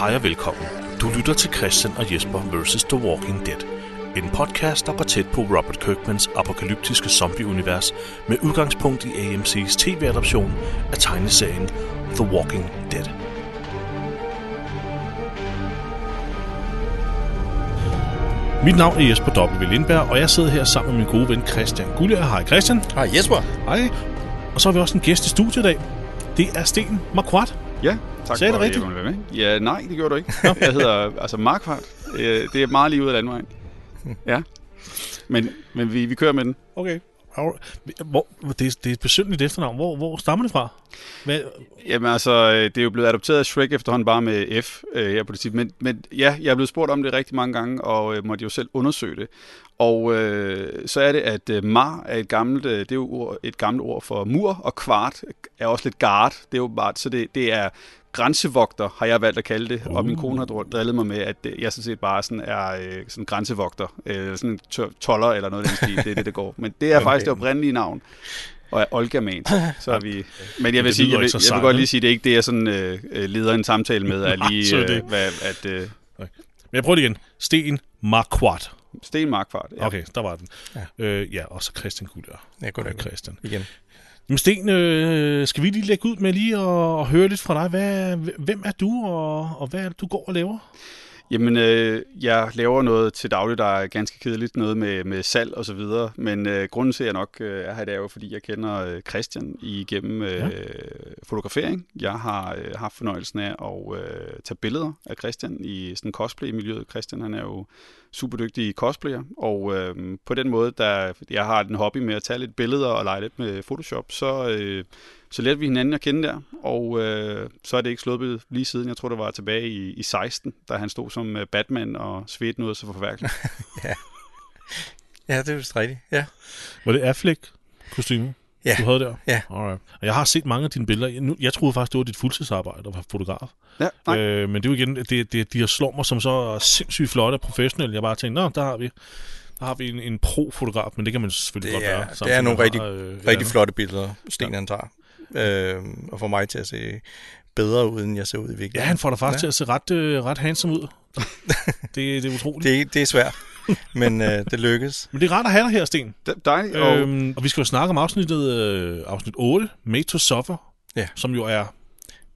Hej og velkommen. Du lytter til Christian og Jesper vs. The Walking Dead. En podcast, der går tæt på Robert Kirkmans apokalyptiske zombieunivers med udgangspunkt i AMC's tv-adoption af tegneserien The Walking Dead. Mit navn er Jesper W. Lindberg, og jeg sidder her sammen med min gode ven Christian Gullier. Hej Christian. Hej Jesper. Hej. Og så har vi også en gæst i studiet i dag. Det er Sten Marquardt. Ja, tak Sagde jeg det for, rigtigt? at jeg måtte være med. Ja, nej, det gjorde du ikke. Jeg hedder altså Markvart. Øh, Det er meget lige ud af landvejen. Ja. Men, men vi, vi kører med den. Okay. Hvor, hvor- det, det er et besynderligt efternavn. Hvor, hvor stammer det fra? Hvad, Jamen altså, øh, det er jo blevet adopteret af Shrek efterhånden bare med F øh, her på det tidspunkt. Men, men ja, jeg er blevet spurgt om det rigtig mange gange, og øh, måtte jo selv undersøge det. Og øh, så er det, at øh, mar er et gammelt, øh, det er jo ord, et gammelt ord for mur, og kvart er også lidt guard, det er jo bare, så det, det er grænsevogter, har jeg valgt at kalde det, uh. og min kone har dr- drillet mig med, at det, jeg sådan set bare sådan er øh, sådan grænsevogter, øh, eller sådan en tør- toller eller noget af den stil, det er det, det går. Men det er okay. faktisk det oprindelige navn, og er Olga-ment, så er vi... Men jeg lyder vil, sige, ikke jeg vil, så jeg sejt, vil godt vel? lige sige, det er ikke det, jeg sådan, øh, øh, leder en samtale med, er lige, så er øh, det. hvad, at øh, men jeg prøver det igen. Sten Marquardt. Sten Markvart, ja. Ja. Okay, der var den. Ja, øh, ja og så Christian Guller. Ja, goddag. Christian. Igen. Jamen Sten, øh, skal vi lige lægge ud med lige at, at høre lidt fra dig? Hvad, hvem er du, og, og hvad er det, du går og laver? Jamen, øh, jeg laver noget til daglig, der er ganske kedeligt, noget med, med salg og så videre, men øh, grunden til, at jeg nok øh, er her i dag, er jo, fordi jeg kender øh, Christian igennem øh, Ja. ja. fotografering. Jeg har øh, haft fornøjelsen af at øh, tage billeder af Christian i sådan cosplay-miljøet. Christian, han er jo super dygtig cosplayer, og øh, på den måde, der jeg har en hobby med at tage lidt billeder og lege lidt med Photoshop, så... Øh, så lærte vi hinanden at kende der, og øh, så er det ikke sluppet lige siden. Jeg tror, det var tilbage i, i 16, da han stod som øh, Batman og svedte noget så forfærdeligt. Ja, det er vist rigtigt. Ja. Var det affleck kostume Ja. du havde der? Ja. Alright. Og jeg har set mange af dine billeder. Jeg, nu, jeg troede faktisk, det var dit fuldtidsarbejde at være fotograf. Ja, nej. Øh, Øh, men det er jo igen, det, det, de her slår mig som så sindssygt flotte og professionelle. Jeg bare tænkte, nå, der har vi, der har vi en, en pro-fotograf, men det kan man selvfølgelig Det godt er- gøre. det samtidig er nogle med, rigtig- at man har, øh, et Rigtig andet. flotte billeder, Sten han tager. Øhm, og får mig til at se bedre ud, end jeg ser ud i Ja, virkeligheden. han får dig faktisk ja. Ja. til at se ret, øh, ret handsome ud. det, det er utroligt. Det. Det, det er svært, men øh, det lykkes. Men det er rart at have dig her, Sten. dejligt, og øh, Øhm, og vi skal jo snakke om afsnittet, øh, afsnit 8, Made to Suffer, Ja. som jo er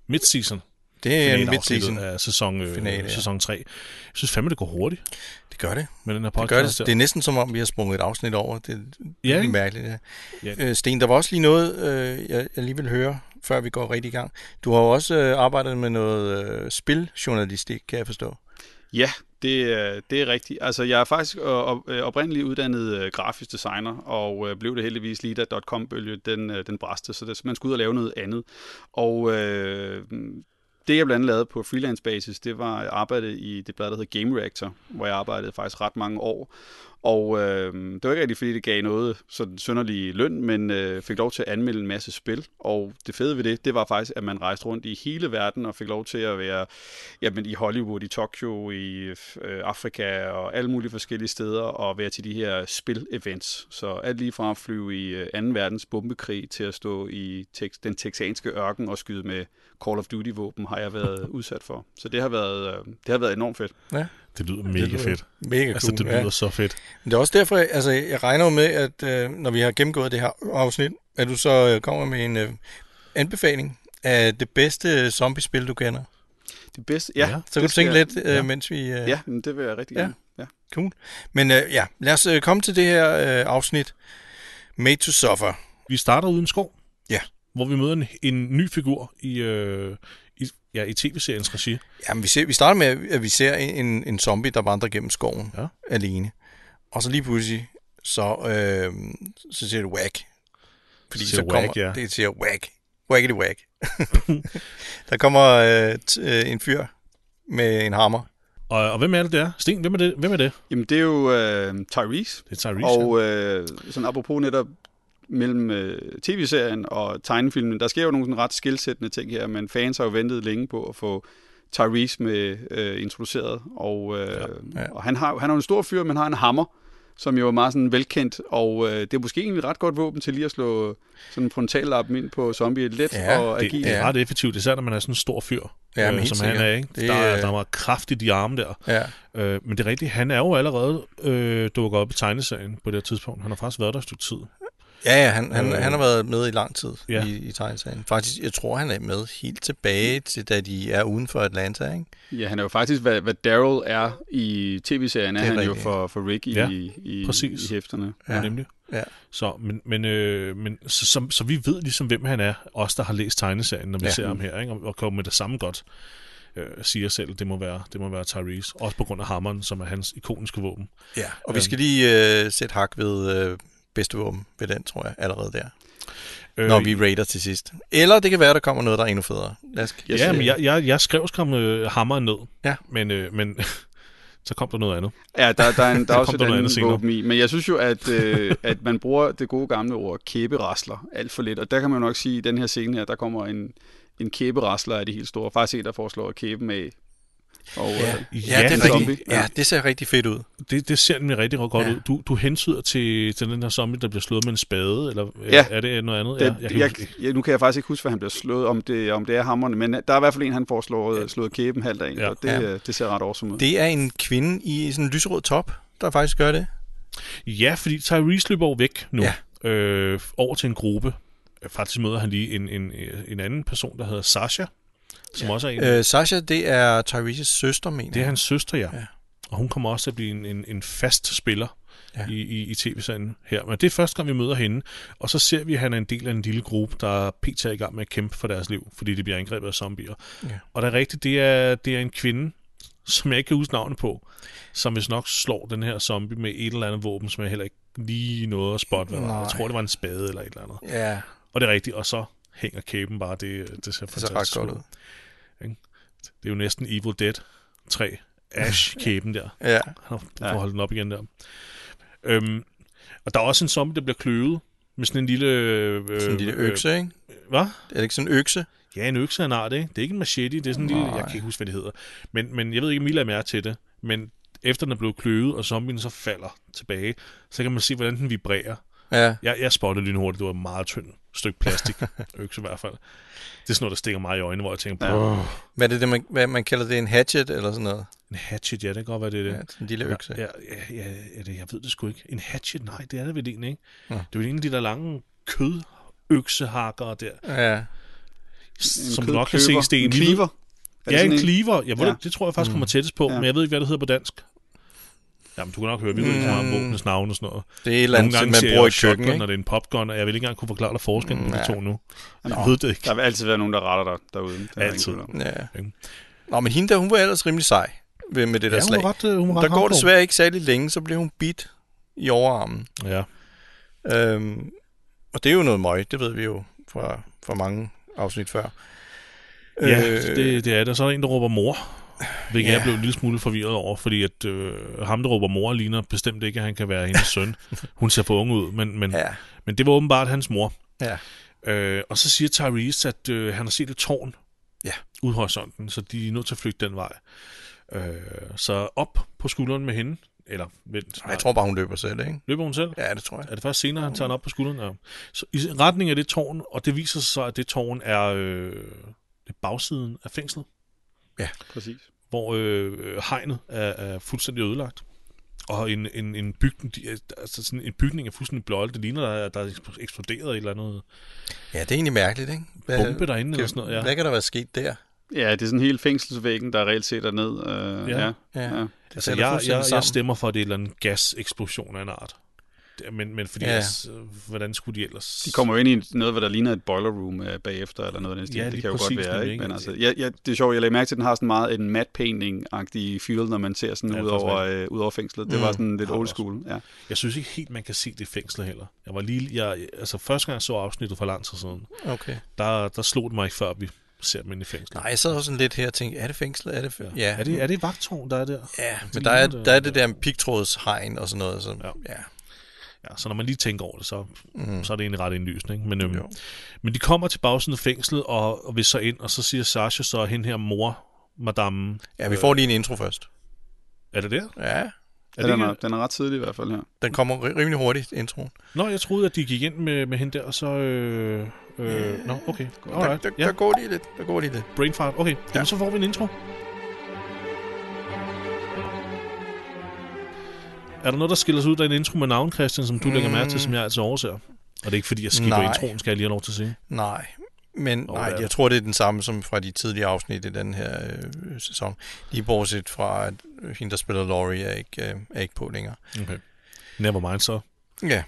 midseason. Det er midtseason. finaleafsnittet af sæson, øh, Finale, Finale, ja. ja. sæson 3. Jeg synes fandme, det går hurtigt Det gør det. med den her Det, podcast. gør det. her. det er næsten som om, vi har sprunget et afsnit over. Det er Ja, ja, ikke? mærkeligt, ja. Ja. ja. Øh, Sten, der var også lige noget, øh, jeg, jeg lige vil høre, før vi går rigtig i gang. Du har jo også øh, arbejdet med noget øh, spiljournalistik, kan jeg forstå. ja, det, er- det er rigtigt. Altså, jeg er faktisk øh, op, øh, oprindeligt uddannet øh, grafisk designer, og øh, blev det heldigvis lige da .com-bølge, den, øh, den bræste, så det, man skulle ud og lave noget andet. Og øh, det, jeg blandt andet lavede på freelance basis, det var arbejde i det blad, der hedder Game Reactor, hvor jeg arbejdede faktisk ret mange år. Og øh, det var ikke rigtig, fordi det gav noget sådan synderlig løn, men øh, fik lov til at anmelde en masse spil. Og det fede ved det, det var faktisk, at man rejste rundt i hele verden og fik lov til at være jamen, i Hollywood, i Tokyo, i øh, Afrika og alle mulige forskellige steder og være til de her spil-events. Så alt lige fra at flyve i øh, 2. verdens bombekrig til at stå i tex- den texanske ørken og skyde med Call of Duty-våben har jeg været udsat for. Så det har været, øh, det har været enormt fedt. Det lyder mega lyder fedt. Mega cool. Altså, det lyder så fedt. Men det er også derfor, altså, jeg regner jo med, at øh, når vi har gennemgået det her afsnit, at du så øh, kommer med en øh, anbefaling af det bedste zombiespil, du kender. Det bedste, ja. Ja, ja Så kan du tænke lidt, øh, ja. mens vi... Øh, Ja, men det vil jeg rigtig Ja. gerne. Ja. Cool. Men øh, ja, lad os øh, komme til det her øh, afsnit. Made to Suffer. Vi starter uden skov. Ja. Hvor vi møder en, en ny figur i, øh, i, ja, i tv-seriens regi. Jamen, vi, ser, vi starter med, at vi ser en, en zombie, der vandrer gennem skoven Ja. ja. alene. Og så lige pludselig, så, øh, så siger det whack. Fordi Så siger så det kommer, whack, ja. det siger whack. Whackety whack. der kommer øh, t- øh, en fyr med en hammer. Og, og hvem er det, det er? Sten, hvem er det? Hvem er det? Jamen, det er jo øh, Tyrese, Det er Tyrese. og øh, sådan apropos netop mellem øh, tv-serien og tegnefilmen, der sker jo nogle sådan ret skilsættende ting her, men fans har jo ventet længe på at få Tyrese med øh, introduceret, og, øh, ja, Ja. ja. og han, har, han er jo en stor fyr, men har en hammer, som jo er meget sådan velkendt, og øh, det er måske egentlig et ret godt våben til lige at slå sådan en frontallappen ind på zombie let Ja, og Det, agil. det er Ja. ret effektivt, især når man er sådan en stor fyr, Ja, ja, men øh, helt som han sikkert. er. Ikke? Det, Det, der, er, øh, der er meget kraft i de arme der. Ja. Øh, men det er rigtigt, han er jo allerede øh, dukket op i tegneserien på det her tidspunkt. Han har faktisk været der et stykke tid. Ja, ja han, han, Øh. øh, han har været med i lang tid Ja. ja. i, i tegneserien. Faktisk, jeg tror, han er med helt tilbage til, da de er uden for Atlanta, ikke? Ja, han er jo faktisk, hvad, hvad Daryl er i tv-serien, er, Det er han jo rigtigt. for, for Rick i, Ja, i, i, præcis. i hæfterne. Ja. Ja. Nemlig. Ja. Så, men, men, øh, men så, så, så vi ved ligesom, hvem han er, os der har læst tegneserien, når vi ja. Ja. ser ham her, ikke? Og, og kommer med det samme godt, øh, siger selv, det må, være, det må være Tyrese. Også på grund af hammeren, som er hans ikoniske våben. Ja. Og vi skal lige øh, sætte hak ved øh, bedste våben ved den, tror jeg, allerede der. Øh, Når vi raider til sidst. Eller det kan være, der kommer noget, der er endnu federe. Lad os ja, Jeg ser- men jeg, jeg, jeg skrev skam øh, hammeren ned, Ja. men, øh, men så kom der noget andet. Ja, der, der er, en, der er Så også kom et der noget andet andet senere. våben i. Men jeg synes jo, at, øh, at man bruger det gode gamle ord kæberasler alt for lidt. Og der kan man jo nok sige, at i den her scene her, der kommer en, en kæberasler af de helt store. Faktisk en, der foreslår at kæben af. Og, ja. øh, Ja, det, en er zombie. rigtig, ja, det ser rigtig fedt ud. Det, det ser nemlig rigtig godt ja. Ja. ud. Du, du hensyder til, til den her zombie, der bliver slået med en spade, eller ja. Ja. er det noget andet? Den, Ja, jeg, kan jeg, huske- jeg, nu kan jeg faktisk ikke huske, hvad han bliver slået, om det, om det er hammerne, men der er i hvert fald en, han får slået, slået kæben halvt af en, Ja. ja. og det, Ja. øh, det ser ret awesome ud. Det er en kvinde i sådan en lyserød top, der faktisk gør det. Ja, fordi Tyrese løber jo væk nu ja. øh, over til en gruppe. Faktisk møder han lige en, en, en anden person, der hedder Sasha, som ja. også er en. Øh, Øh, Sasha, det er Tyrese's søster, mener det er jeg. hans søster, ja. ja. Ja. Og hun kommer også til at blive en, en, en fast spiller ja. Ja. i, i, i tv-serien her. Men det er første gang, vi møder hende. Og så ser vi, at han er en del af en lille gruppe, der pt. er i gang med at kæmpe for deres liv, fordi de bliver angrebet af zombier. Ja. Ja. Og det er rigtigt, det er, det er en kvinde, som jeg ikke kan huske navnet på, som hvis nok slår den her zombie med et eller andet våben, som jeg heller ikke lige nåede at spotte, hvad var. Jeg Nej. tror, det var en spade eller et eller andet. Ja, Og det er rigtigt, og så hænger kæben bare, det, det ser det ser fantastisk ret godt ud. Det er jo næsten Evil Dead 3. Ash-kæben der. Ja. Han har Ja. ja. holde den op igen der. Øhm, og der er også en zombie, der bliver kløvet med sådan en lille... Øh, Sådan en lille økse, ikke? Øh, hvad? Er det ikke sådan en økse? Ja, en økse er en art, ikke? Det er ikke en machete, det er sådan en lille... Jeg kan ikke huske, hvad det hedder. Men, men jeg ved ikke, om I lader mærke til det. Men efter den er blevet kløvet, og zombien så falder tilbage, så kan man se, hvordan den vibrerer. Ja. Jeg, jeg spottede lynhurtigt, det var et meget tyndt stykke plastik. økse i hvert fald. Det er sådan noget, der stikker mig i øjnene, hvor jeg tænker, Ja. ja. Hvad er det, det man, hvad man kalder det? En hatchet eller sådan noget? en hatchet, ja, det kan godt være, det er det. Ja, sådan en lille økse. Ja, ja, ja, ja det, jeg ved det sgu ikke. En hatchet, nej, det er det vel egentlig ikke. Ja. Nå. Det er vel en af de der lange kødøksehakker der, Ja. som du kød- nok kan se i kløver. sten. En cleaver. Er det Ja, sådan en cleaver. Ja, ja. Ja. Det, det tror jeg faktisk kommer tættest på, ja. Ja. men jeg ved ikke, hvad det hedder på dansk. Jamen, du kan nok høre, vi ved ikke så meget om våbnets navne og sådan noget. Det er et Nogle eller andet, gange som man man siger jeg bruger i også køkken, shotgun, når ikke? det er en popgun, og jeg vil ikke engang kunne forklare dig forskellen på de Nej. to nu. Jeg Nå. ved det ikke. Der vil altid være nogen, der retter dig derude. Der er der Altid. ingen tvivl om. Ja. Ikke? Nå, men hende der, hun var ellers rimelig sej ved- med det der Ja, hun slag. var ret, øh, hun var Der ret går hardcore. desværre ikke særlig længe, så bliver hun bit i overarmen. Ja. Øhm, og det er jo noget møg, det ved vi jo fra, fra mange afsnit før. Ja, øh, det, det er det. Så er der en, der råber mor, hvilket ja. Ja. jeg blev en lille smule forvirret over, fordi at øh, ham, der råber mor, ligner bestemt ikke, at han kan være hendes søn. Hun ser for unge ud, men, men, ja. Ja, men det var åbenbart hans mor. ja. Øh, og så siger Tyrese, at øh, han har set et tårn Ja. ude i horisonten, så de er nødt til at flygte den vej. Øh, så op på skulderen med hende, eller vent, Jeg tror bare, hun løber selv, ikke? løber hun selv? Ja, det tror jeg. Er det først senere, han tager den op på skulderen? Ja. Så i retning af det tårn, og det viser sig så, at det tårn er øh, det er bagsiden af fængslet Præcis. hvor øh, øh, hegnet er, er fuldstændig ødelagt. Og en, en, en, bygning, de, er- altså sådan en bygning er fuldstændig blåt. Det ligner, der, er- der er ekspl- eksploderet et eller andet Ja, det er egentlig mærkeligt, ikke? Hvad, bombe derinde eller sådan noget. Ja. Hvad kan der være sket der? Ja, det er sådan hele fængselsvæggen, der reelt set er ned. Øh, Ja. ja. Ja. ja. Det Altså, falder jeg, fuldstændig jeg, jeg sammen. stemmer for, at det er en eller anden gaseksplosion af en art. Det- Men, men fordi, ja. Ja. altså, hvordan skulle de ellers... De kommer jo ind i noget, hvad der ligner et boiler room øh, bagefter, eller noget af den stil. Ja, det lige kan jo præcis, godt være, nemlig, ikke? Men ikke? altså, ja, ja, det er sjovt, jeg lagde mærke til, at den har sådan meget en matte painting-agtig feel, når man ser sådan Ja, ja, ud, det er over, øh, ud over fængslet. Det Mm. var sådan lidt Har det old også. school. Ja. Jeg synes ikke helt, man kan se det fængsel heller. Jeg var lige... Jeg, altså, første gang jeg så afsnittet for lang tid siden, Okay. der, der slog det mig ikke, før vi ser dem inde i fængslet. Nej, jeg sad også sådan lidt her og tænkte, er det fængslet? Er det fæ- ja. Er det, er det vagtårn, der er der? Ja, Det men der er, ligner det- der er det der pigtrådshegn og sådan noget. Så, Ja. ja. ja. Ja, så når man lige tænker over det, så, mm. Mm. så er det egentlig ret indlysende. Ikke? Men, øhm, Jo. men de kommer til bagsiden af fængslet og, og vil så ind, og så siger Sasha så hende her mor, madame. ja, vi får lige en intro først. Er det der? Ja, Er den, er, den er ret tidlig i hvert fald her. Den kommer ri- rimelig hurtigt, introen. Nå, jeg troede, at de gik ind med, med hende der, og så... Øh, øh, nå, okay. Der, Alright. der, Ja, der går lige lidt. Der går lige lidt. brainfart. Okay, jamen, så får vi en intro. Er der noget, der skiller sig ud af en intro med navn, Christian, som du mm. lægger mærke til, som jeg altså overser? Og det er ikke, fordi jeg skipper Nej. introen, skal jeg lige have lov til at sige. Nej, men Nå, oh, hvad er nej, det? jeg tror, det er den samme som fra de tidlige afsnit i den her øh, sæson. Lige bortset fra, at hende, der spiller Laurie, er ikke, øh, er ikke på længere. Okay. Never mind, så. Ja.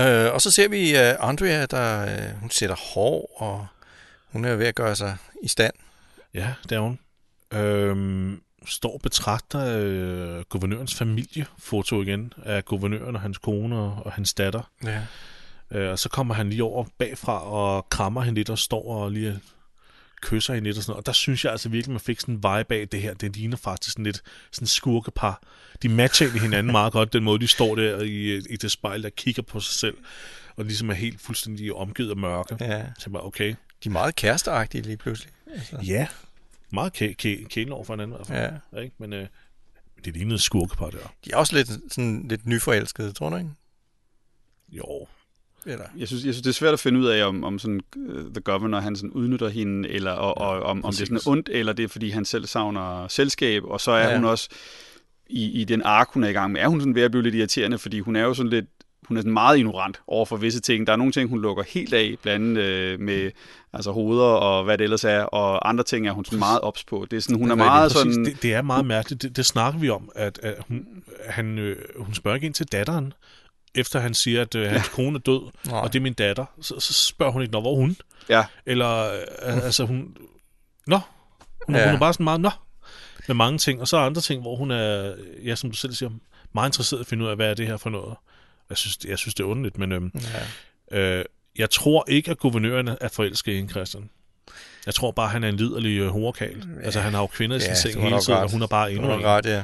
Øh, og så ser vi øh, Andrea, der øh, hun sætter hår, og hun er ved at gøre sig i stand. Ja, det er hun. Øhm, står og betragter øh, guvernørens familiefoto igen af guvernøren og hans kone og, og hans datter. Ja. Øh, og så kommer han lige over bagfra og krammer hende lidt og står og lige kysser hende lidt og sådan noget. Og der synes jeg altså virkelig, man fik sådan en vibe af det her. Det ligner faktisk sådan lidt sådan skurkepar. De matcher egentlig hinanden meget godt, den måde de står der i, i det spejl, der kigger på sig selv og ligesom er helt fuldstændig omgivet af mørke. Ja. ja. Så jeg bare, okay, De er meget kæresteagtige lige pludselig. Altså, ja, meget kæ- kæ- kælen over for hinanden i hvert fald. ja. Ja, Ikke? Men øh, det lignede et skurkepar der. De er også lidt, sådan, lidt nyforelskede, tror du ikke? Jo. Eller? Jeg synes, jeg synes, det er svært at finde ud af, om, om sådan, øh, The Governor han sådan udnytter hende, eller og, og, om, om det er sådan præcis. ondt, eller det er, fordi han selv savner selskab, og så er Ja. ja. hun også i, i den ark, hun er i gang med, er hun sådan ved at blive lidt irriterende, fordi hun er jo sådan lidt hun er sådan meget ignorant over for visse ting. Der er nogle ting, hun lukker helt af, blandt andet øh, med altså hoveder og hvad det ellers er, og andre ting er hun sådan meget ops på. Det er sådan, hun er Rigtigt, meget præcis. sådan... Det, det er meget mærkeligt. Det, det snakker vi om, at, at hun, han, øh, hun spørger ikke ind til datteren, efter han siger, at øh, hans kone er død, Nej. og det er min datter. Så, så spørger hun ikke, når hvor er hun? Ja, Eller, øh, altså hun... Nå! Hun, ja. Ja. hun er bare sådan meget, nå! Med mange ting. Og så er andre ting, hvor hun er, ja, som du selv siger, meget interesseret i at finde ud af, hvad er det her for noget. Jeg synes, jeg synes det er underligt, men... Øhm, Ja. Øh, jeg tror ikke, at guvernøren er forelsket i hende, Christian. Jeg tror bare, han er en liderlig øh, horekal. Ja. Altså, han har jo kvinder i sin Ja, ja, det seng var hele nok tiden, ret. og hun er bare Det endnu var nok en. ret, ja.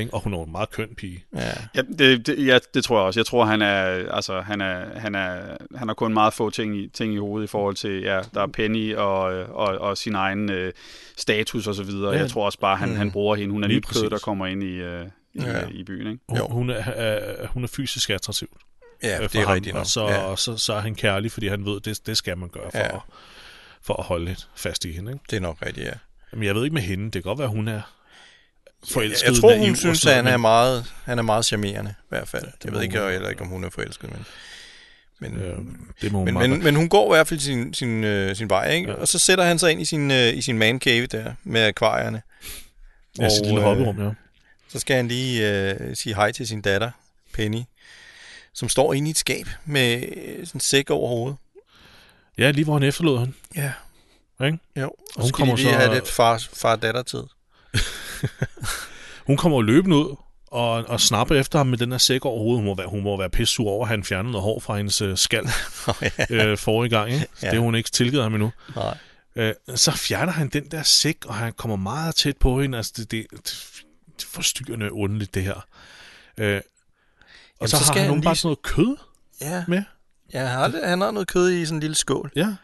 Ikke? Og hun er jo en meget køn pige. ja. Ja, det, det, ja, det tror jeg også. Jeg tror, han er, altså, han er, han er, han har kun meget få ting i, ting i hovedet i forhold til, ja, der er Penny og, øh, og, og sin egen øh, status og så videre. Ja. Ja. Jeg tror også bare, han, mm. han bruger hende. Hun er Lige nyt kød, der præcis. kommer ind i, øh, i, Ja. ja. i byen, ikke? Hun, Jo. hun, er, øh, hun er fysisk attraktiv øh, for ja det er ham, rigtigt nok. og, så, ja. og så, så er han kærlig, fordi han ved, det, det skal man gøre for, Ja. ja. at, for at holde lidt fast i hende. Ikke? Det er nok rigtigt, ja. Men jeg ved ikke med hende. Det kan godt være, hun er Jeg, forelsket. jeg tror, naiv hun og synes, at sådan han er noget, meget, han er meget charmerende, i hvert fald. jeg må ved ikke, hun- jeg heller ikke, om hun er forelsket, men... Men, ja. men, øh, det må hun men, meget men, men hun går i hvert fald sin, sin, øh, sin vej, ikke? Ja. Og så sætter han sig ind i sin, øh, i sin man cave der, med akvarierne. godt- Ja, sit lille øh, hopperum, ja. Så skal han lige øh, sige hej til sin datter, Penny, som står inde i et skab med øh, sådan en sæk over hovedet. Ja, lige hvor han efterlod hende. Ja. Ikke? Jo, og Hun hun skal kommer de lige så- så... have lidt far, far-datter-tid. Hun kommer jo løbende ud og, og snapper efter ham med den her sæk over hovedet. Hun må være, hun må være pissur over, at han fjernede noget hår fra hendes øh, skal øh, forrige gang. Ikke? Ja. Ja. Det har hun ikke tilgivet ham endnu. Nej. Øh, så fjerner han den der sæk, og han kommer meget tæt på hende. Altså, det, det, det er forstyrrende underligt, det her. Øh, og Jamen, så, så så skal har han han lige... bare lige- sådan noget kød Ja, med. ja han, har, lidt- han har noget kød i sådan en lille skål. Ja.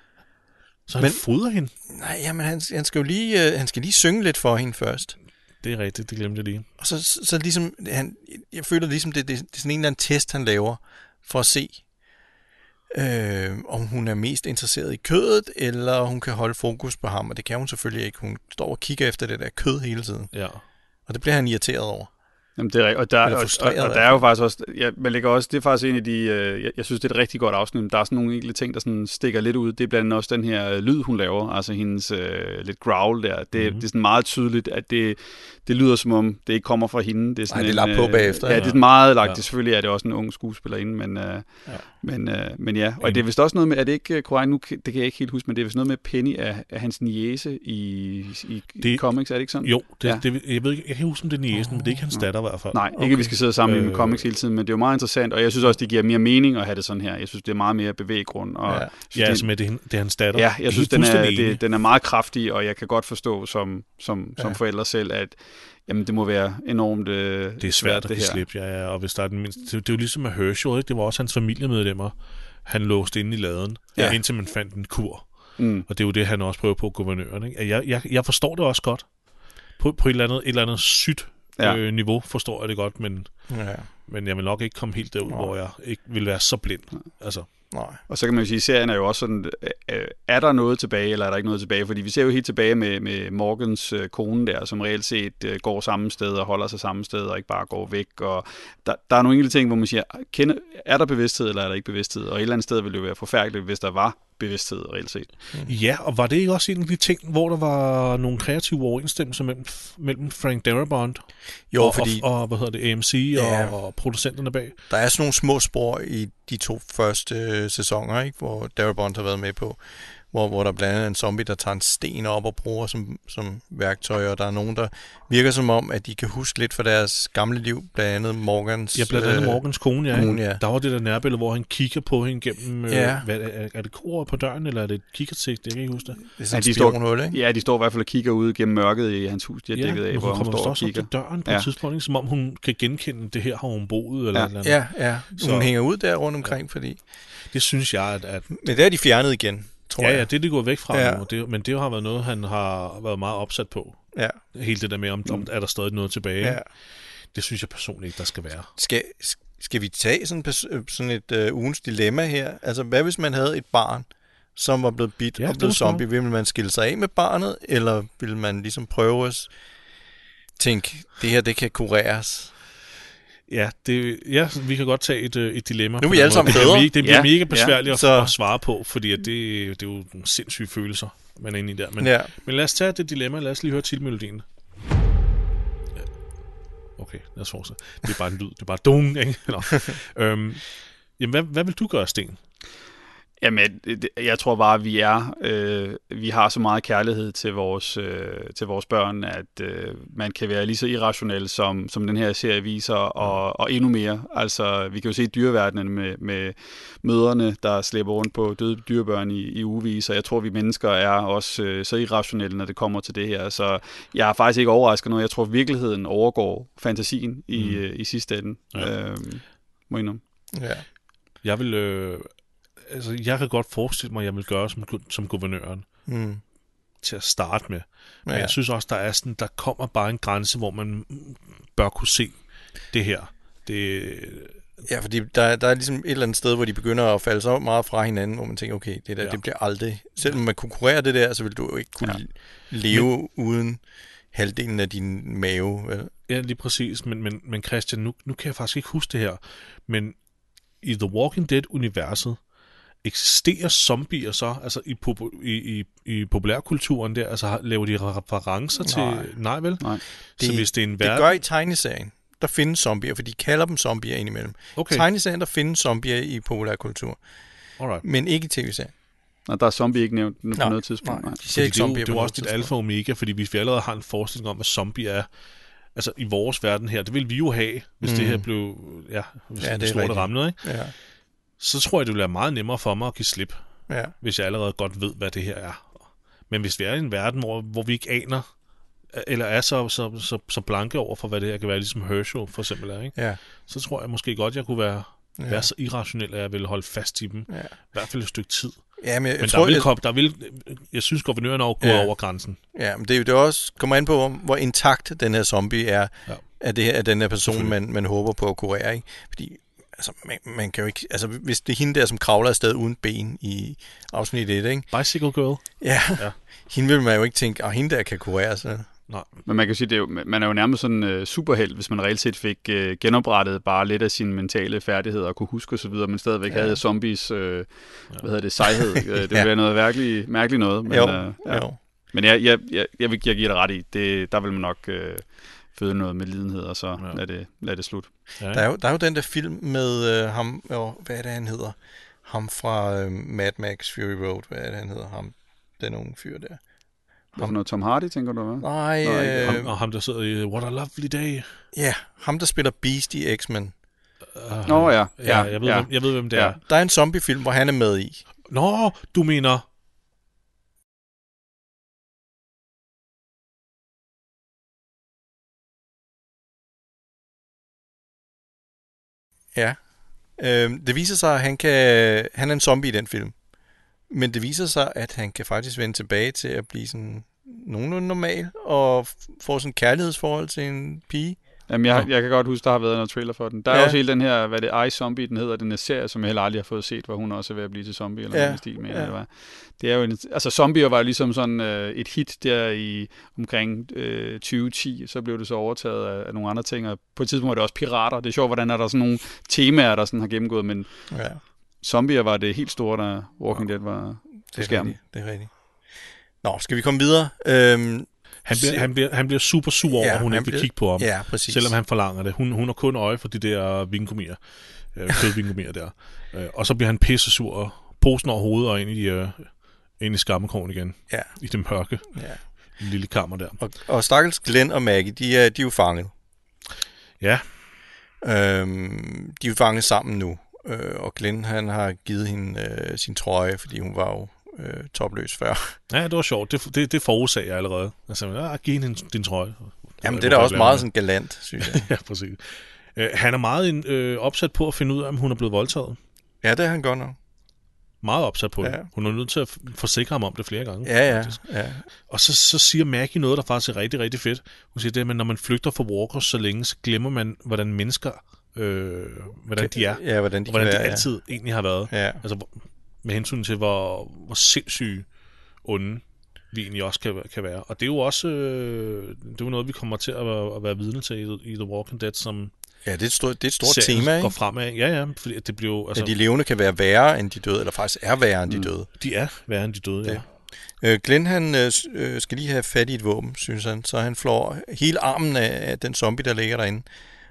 Så han Men... Men- fodrer hende. Nej, jamen han, han skal jo lige, øh, han skal lige synge lidt for hende først. Det er rigtigt, det glemte jeg lige. Og så, så, så ligesom, han, jeg føler ligesom, det, det, det er sådan en eller anden test, han laver for at se, øh, om hun er mest interesseret i kødet, eller hun kan holde fokus på ham. Og det kan hun selvfølgelig ikke. Hun står og kigger efter det der kød hele tiden. Ja. Og det bliver han irriteret over. Jamen, det er rigtigt. Og der, Eller og, og, frustreret, og der er jo faktisk også, ja, man lægger også, det er faktisk en af de, øh, jeg, jeg synes, det er et rigtig godt afsnit, men der er sådan nogle enkelte ting, der sådan stikker lidt ud. Det er blandt andet også den her øh, lyd, hun laver, altså hendes øh, lidt growl der. Det, mm-hmm. det er sådan meget tydeligt, at det, det lyder som om, det ikke kommer fra hende. Det er sådan Nej, det er en, lagt på øh, bagefter, Ja, ja. det er sådan meget lagt. Ja. Ja. Det, selvfølgelig er det også en ung skuespillerinde, men, øh, ja. Men, øh, men ja. Og Enig. det er vist også noget med, er det ikke øh, korrekt, nu, kan- det kan jeg ikke helt huske, men det er vist noget med Penny af, af hans niese i, i Det- det, comics, er det ikke sådan? Jo, det, ja. Ja. Mm. det, jeg ved ikke, jeg kan ikke huske, om det er Niesen, men det er ikke hans datter i hvert fald. Nej, okay. ikke at vi skal sidde sammen med Øh. comics hele tiden, men det er jo meget interessant, og jeg synes også, det giver mere mening at have det sådan her. Jeg synes, det er meget mere bevæggrund. Og Ja. ja. Ja, Synes, altså med det, er hende- det er hans datter. det, ja, jeg synes, den er, fuldstændig enig. det, den er meget kraftig, og jeg kan godt forstå som, som, som Ja. forældre selv, at jamen, det må være enormt øh, Det er svært at give slip, ja, ja. Og hvis der er den mindste, det, det er jo ligesom med Herschel, ikke? det var også hans familiemedlemmer, han låste inde i laden, ja. Ja. indtil man fandt en kur. Mm. Og det er jo det, han også prøver på guvernøren. Ikke? At Jeg, jeg, jeg forstår det også godt. På, på et, eller andet, et eller andet sygt Ja. ja. øh, niveau, forstår jeg det godt, men, Ja, men jeg vil nok ikke komme helt derud, Nej. hvor jeg ikke vil være så blind. Altså, nej. Og så kan man jo sige, at serien er jo også sådan, øh, er der noget tilbage, eller er der ikke noget tilbage? Fordi vi ser jo helt tilbage med, med Morgans øh, kone der, som reelt set øh, går samme sted og holder sig samme sted og ikke bare går væk. Og der, der er nogle enkelte ting, hvor man siger, kende, er der bevidsthed, eller er der ikke bevidsthed? Og et eller andet sted ville det jo være forfærdeligt, hvis der var bevidsthed reelt set. Ja, og var det ikke også en af de ting, hvor der var nogle kreative overensstemmelser mellem, mellem Frank Darabont Jo, og, fordi og, og, hvad hedder det, AMC Ja. ja. og, og producenterne bag? der er sådan nogle små spor i de to første øh, sæsoner, ikke? hvor Darabont har været med på, hvor, hvor der blandt andet er en zombie, der tager en sten op og bruger som, som værktøj, og der er nogen, der virker som om, at de kan huske lidt fra deres gamle liv, blandt andet Morgans... øh, Ja, blandt andet Morgans kone, ja, kone, kone, ja. ja. Der var det der nærbillede, hvor han kigger på hende gennem... Øh, Ja. ja. hvad, er, er det kor på døren, eller er det et kikkertsigt? Jeg kan ikke huske det. Det er sådan Ja, de et står- spionhul, ikke? Ja, de står i hvert fald og kigger ud gennem mørket i hans hus, de har dækket af, men hvor hun hun kommer står og også op kigger. til døren på Ja. et tidspunkt, ikke? som om hun kan genkende, det her har hun boet, eller, ja. Ja. eller andet. Ja, ja. Så. Hun Så- hænger ud der rundt omkring, fordi... Det synes jeg, at, at Men det er de fjernet igen, tror ja, jeg. ja, det er det gået væk fra Ja. ja. nu, det, men det har været noget, han har været meget opsat på. ja. Hele det der med, om, om er der stadig noget tilbage. Mm. ja. Ja. Det synes jeg personligt ikke, der skal være. Skal, skal vi tage sådan, pers- øh, sådan et øh, ugens dilemma her? Altså, hvad hvis man havde et barn, som var blevet bidt Ja, ja, og det blevet er smart. zombie? Vil man skille sig af med barnet, eller vil man ligesom prøve at s- tænke, det her, det kan kureres? Ja, det, ja, vi kan godt tage et, øh, et dilemma. Nu er på vi den alle måde. sammen det bliver, fædre. mi- det bliver Ja, mega besværligt ja. ja, at, Så- at svare på, fordi at det, det er jo nogle sindssyge følelser, man er inde i der. Men, Ja. men lad os tage det dilemma, lad os lige høre titelmelodien. Ja. Okay, lad os fortsætte. Det er bare en lyd, det er bare dung, ikke? Nå. øhm, jamen, hvad, hvad vil du gøre, Sten? Jamen, det- jeg tror bare, at vi er, øh, vi har så meget kærlighed til vores, øh, til vores børn, at øh, man kan være lige så irrationel, som, som den her serie viser, og, og endnu mere. Altså, vi kan jo se dyreverdenen med, med møderne, der slæber rundt på døde dyrebørn i, i ugevis, og jeg tror, vi mennesker er også øh, så irrationelle, når det kommer til det her. Så jeg er faktisk ikke overrasket noget. Jeg tror, virkeligheden overgår fantasien i, Mm. øh, i sidste ende. Ja. Ja. Øhm, må jeg indrømme. Ja. Jeg vil... Øh, altså, jeg kan godt forestille mig, at jeg vil gøre som, gu- som guvernøren Mm. til at starte med. Men Ja. jeg synes også, der er sådan, der kommer bare en grænse, hvor man bør kunne se det her. Det, ja, fordi der, der er ligesom et eller andet sted, hvor de begynder at falde så meget fra hinanden, hvor man tænker, okay, det der, ja. Ja. det bliver aldrig... Selvom man kunne kurere det der, så vil du jo ikke kunne ja. leve Men... uden halvdelen af din mave. Vel? ja, lige præcis. Men, men, men Christian, nu, nu kan jeg faktisk ikke huske det her, men i The Walking Dead-universet eksisterer zombier så, altså i, popu- i, i, i populærkulturen der, altså har- laver de referencer Nej. til... Nej, vel? Nej. så hvis det er en Det verden... gør i tegneserien. Der findes zombier, for de kalder dem zombier indimellem. Okay. Okay, Tegneserien, der findes zombier i populærkultur, alright. men ikke i tv-serien. Og der er zombie ikke nævnt på Nej, noget tidspunkt. nej. Nej. De siger Fordi ikke det er jo, zombier det på er jo noget også dit alfa og omega, fordi hvis vi allerede har en forestilling om, hvad zombie er, altså i vores verden her, det vil vi jo have, hvis mm. det her blev, ja, hvis Ja, ja, det er det slår rigtigt. det ramlet, ikke? Ja, så tror jeg, det vil være meget nemmere for mig at give slip, ja. hvis jeg allerede godt ved, hvad det her er. Men hvis vi er i en verden, hvor, hvor vi ikke aner, eller er så, så, så, så blanke over for, hvad det her kan være, ligesom Herschel for eksempel er, ikke? ja. så tror jeg måske godt, jeg kunne være, ja. være så irrationel, at jeg ville holde fast i dem, Ja. ja. i hvert fald et stykke tid. ja men Men jeg men der, tror, tror, vil, jeg, komme, der vil, jeg synes, guvernøren er gået Ja. ja. over grænsen. ja, men det, er jo- det er også kommer an på, hvor- hvor intakt den her zombie er, ja. Ja. af, det her, af den her person, Selvfølgelig. man, man håber på at kurere. Ikke? Fordi altså, man, man kan jo ikke, altså, hvis det er hende der, som kravler afsted uden ben i afsnit 1, ikke? Bicycle Girl? Ja. ja. Ja. hende vil man jo ikke tænke, at hende der kan kurere sig. Nej. Men man kan sige, det er jo, man er jo nærmest sådan øh, superheld, hvis man reelt set fik øh, genoprettet bare lidt af sine mentale færdigheder og kunne huske osv., men stadigvæk Ja. ja. havde zombies, øh, hvad hedder det, sejhed. Øh, det ville Ja. ja. være noget virkelig, mærkeligt noget. Men, Jo, øh, ja. jo. men jeg, jeg, jeg, jeg, vil, jeg giver dig ret i, det, der vil man nok øh, føde noget med lidenhed, og så ja. Ja. lad, det, lad det slut. Ja, Der er, jo, der er jo den der film med øh, ham, og hvad er det, han hedder? Ham fra øh, Mad Max Fury Road, hvad er det, han hedder? Ham, den unge fyr der. Hvorfor noget Tom Hardy, tænker du, hvad? Nej, Nå, ikke øh, ham, og ham, der sidder i øh, What a Lovely Day. ja, ham der spiller Beast i X-Men. Uh, Nå ja, ja, jeg ved, ja. Hvem, jeg ved, hvem det Ja. er. Der er en zombiefilm, hvor han er med i. Nå, du mener... Ja. Øh, det viser sig, at han, kan, han er en zombie i den film. Men det viser sig, at han kan faktisk vende tilbage til at blive sådan nogenlunde normal, og f- få sådan et kærlighedsforhold til en pige. Jamen, jeg, jeg kan godt huske, der har været noget trailer for den. Der er Ja. ja. også hele den her, hvad det er, Zombie, den hedder, den her serie, som jeg heller aldrig har fået set, hvor hun også er ved at blive til zombie, eller Ja, ja. noget i stil med, ja. ja. det var. Det er jo en, altså, zombier var jo ligesom sådan øh, et hit der i omkring øh, 2010, så blev det så overtaget af, af nogle andre ting, og på et tidspunkt var det også pirater. Det er sjovt, hvordan er der sådan nogle temaer, der sådan har gennemgået, men Ja, zombier var det helt store, der Walking Dead var på det er skærmen. rigtigt. Det er rigtigt. Nå, skal vi komme videre? Øhm, Han bliver, han bliver, han bliver super sur over, Ja, ja, at hun han ikke vil bliver- kigge på ham. ja, præcis. Selvom han forlanger det. Hun, hun har kun øje for de der vingumier. Øh, kødvingumier der. Øh, og så bliver han pisse sur. og Posen over hovedet og ind i, øh, ind i skammekrogen igen. Ja. I det mørke Ja. lille kammer der. Og, og stakkels Glenn og Maggie, de er, de er jo fanget. Ja, Øhm, de er jo fanget sammen nu. Øh, og Glenn, han har givet hende øh, sin trøje, fordi hun var jo øh, topløs før. ja det var sjovt. Det, det, det forudsagde jeg allerede. Altså, ah, giv hende din trøje. Jamen, det er da også meget sådan galant, synes jeg. Ja, præcis. Øh, han er meget øh, opsat på at finde ud af, om hun er blevet voldtaget. Ja, det er han godt nok. Meget opsat på det. Ja. Hun er nødt til at f- forsikre ham om det flere gange. Ja, ja, ja. Og så, så siger Maggie noget, der faktisk er rigtig, rigtig fedt. Hun siger det, at når man flygter fra walkers så længe, så glemmer man, hvordan mennesker, øh, hvordan de er, Ja, hvordan de og hvordan kan de være, ja. altid egentlig har været. Ja. Altså hvor- med hensyn til, hvor, hvor sindssyge onde vi egentlig også kan, kan være. Og det er jo også øh, det er jo noget, vi kommer til at være, at være vidne til i, i The Walking Dead, som Ja, det er et stort, det er et stort serien tema, går ikke? fremad. Ja, ja, fordi at det bliver jo- altså, At ja, de de... levende kan være værre end de døde, eller faktisk er værre Mm. end de døde. de er værre end de døde, ja. Ja. Øh, Glenn, han øh, s- øh, skal lige have fat i et våben, synes han, så han flår hele armen af, af den zombie, der ligger derinde,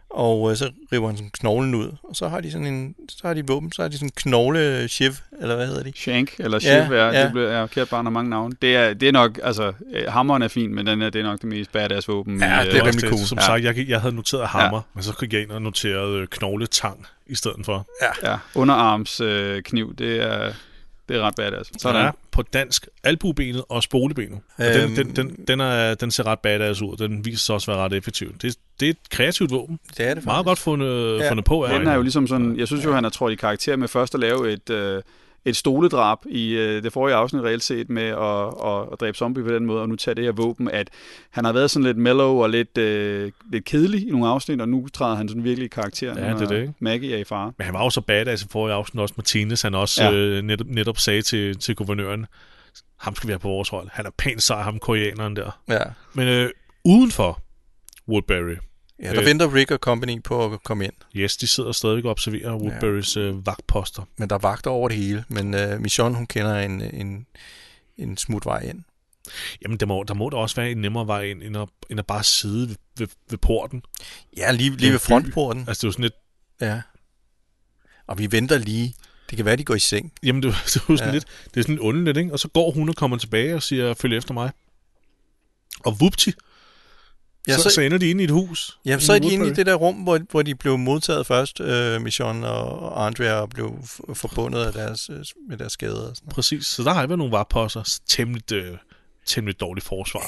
og øh, så river han sådan knoglen ud, og så har de sådan en, så har de et våben, så har de sådan en knogle shiv, eller hvad hedder de? Shank, eller Ja, Shiv, ja, ja. ja. det bliver ja, kært barn har mange navne. Det er, det er nok, altså, øh, hammeren er fin, men den er, det er nok det mest badass våben. Ja, i, det er øh, rimelig også cool. Som Ja. sagt, jeg, jeg havde noteret hammer, ja. men så gik jeg ind og noterede øh, knogletang i stedet for. Ja, underarms øh, kniv, det er, det er ret badass. Sådan. Den Ja. er på dansk albubenet og spolebenet. Og den, Øhm. den, den, den, er, den ser ret badass ud. Den viser sig også at være ret effektiv. Det, det er et kreativt våben. Det er det Meget godt fundet, Ja. ja. fundet på af. Den er jo ligesom sådan, jeg synes jo, han har trådt i karakter med først at lave et, øh, et stoledrab i øh, det forrige afsnit reelt set med at, at, at dræbe zombie på den måde, og nu tage det her våben, at han har været sådan lidt mellow og lidt, øh, lidt kedelig i nogle afsnit, og nu træder han sådan virkelig i karakter, Ja, det er når det, ikke? Maggie er i fare. Men han var jo så badass i forrige afsnit også. Martinez, han også Ja. ja. øh, netop, netop sagde til, til guvernøren, ham skal vi have på vores hold. Han er pænt sej, ham koreaneren der. Ja. Men øh, udenfor Woodbury, ja, der Øh. venter Rick og Company på at komme ind, yes, de sidder stadigvæk og observerer Woodburys øh, vagtposter. men der er vagter over det hele, men øh, Michonne, hun kender en, en, en smutvej ind. Jamen, der må der, må der også være en nemmere vej ind, end at, end at bare sidde ved, ved, ved porten. Ja, lige, lige ved frontporten. Altså, det er jo sådan lidt Ja. Og vi venter lige. Det kan være, de går i seng. Jamen, det, det, er jo sådan Ja. ja. lidt, det er sådan lidt underligt, ikke? Og så går hun og kommer tilbage og siger, følg efter mig. Og vupti, Ja, ja, så- så, så, ender de inde i et hus. Ja, så er de Woodbury. inde i det der rum, hvor, hvor de blev modtaget først, øh, Michonne og og Andrea, og blev f- forbundet af deres, øh, med deres skader og sådan noget. Præcis, så der har jeg været nogle varposser. Så Temmelig, øh, temmelig dårlig forsvar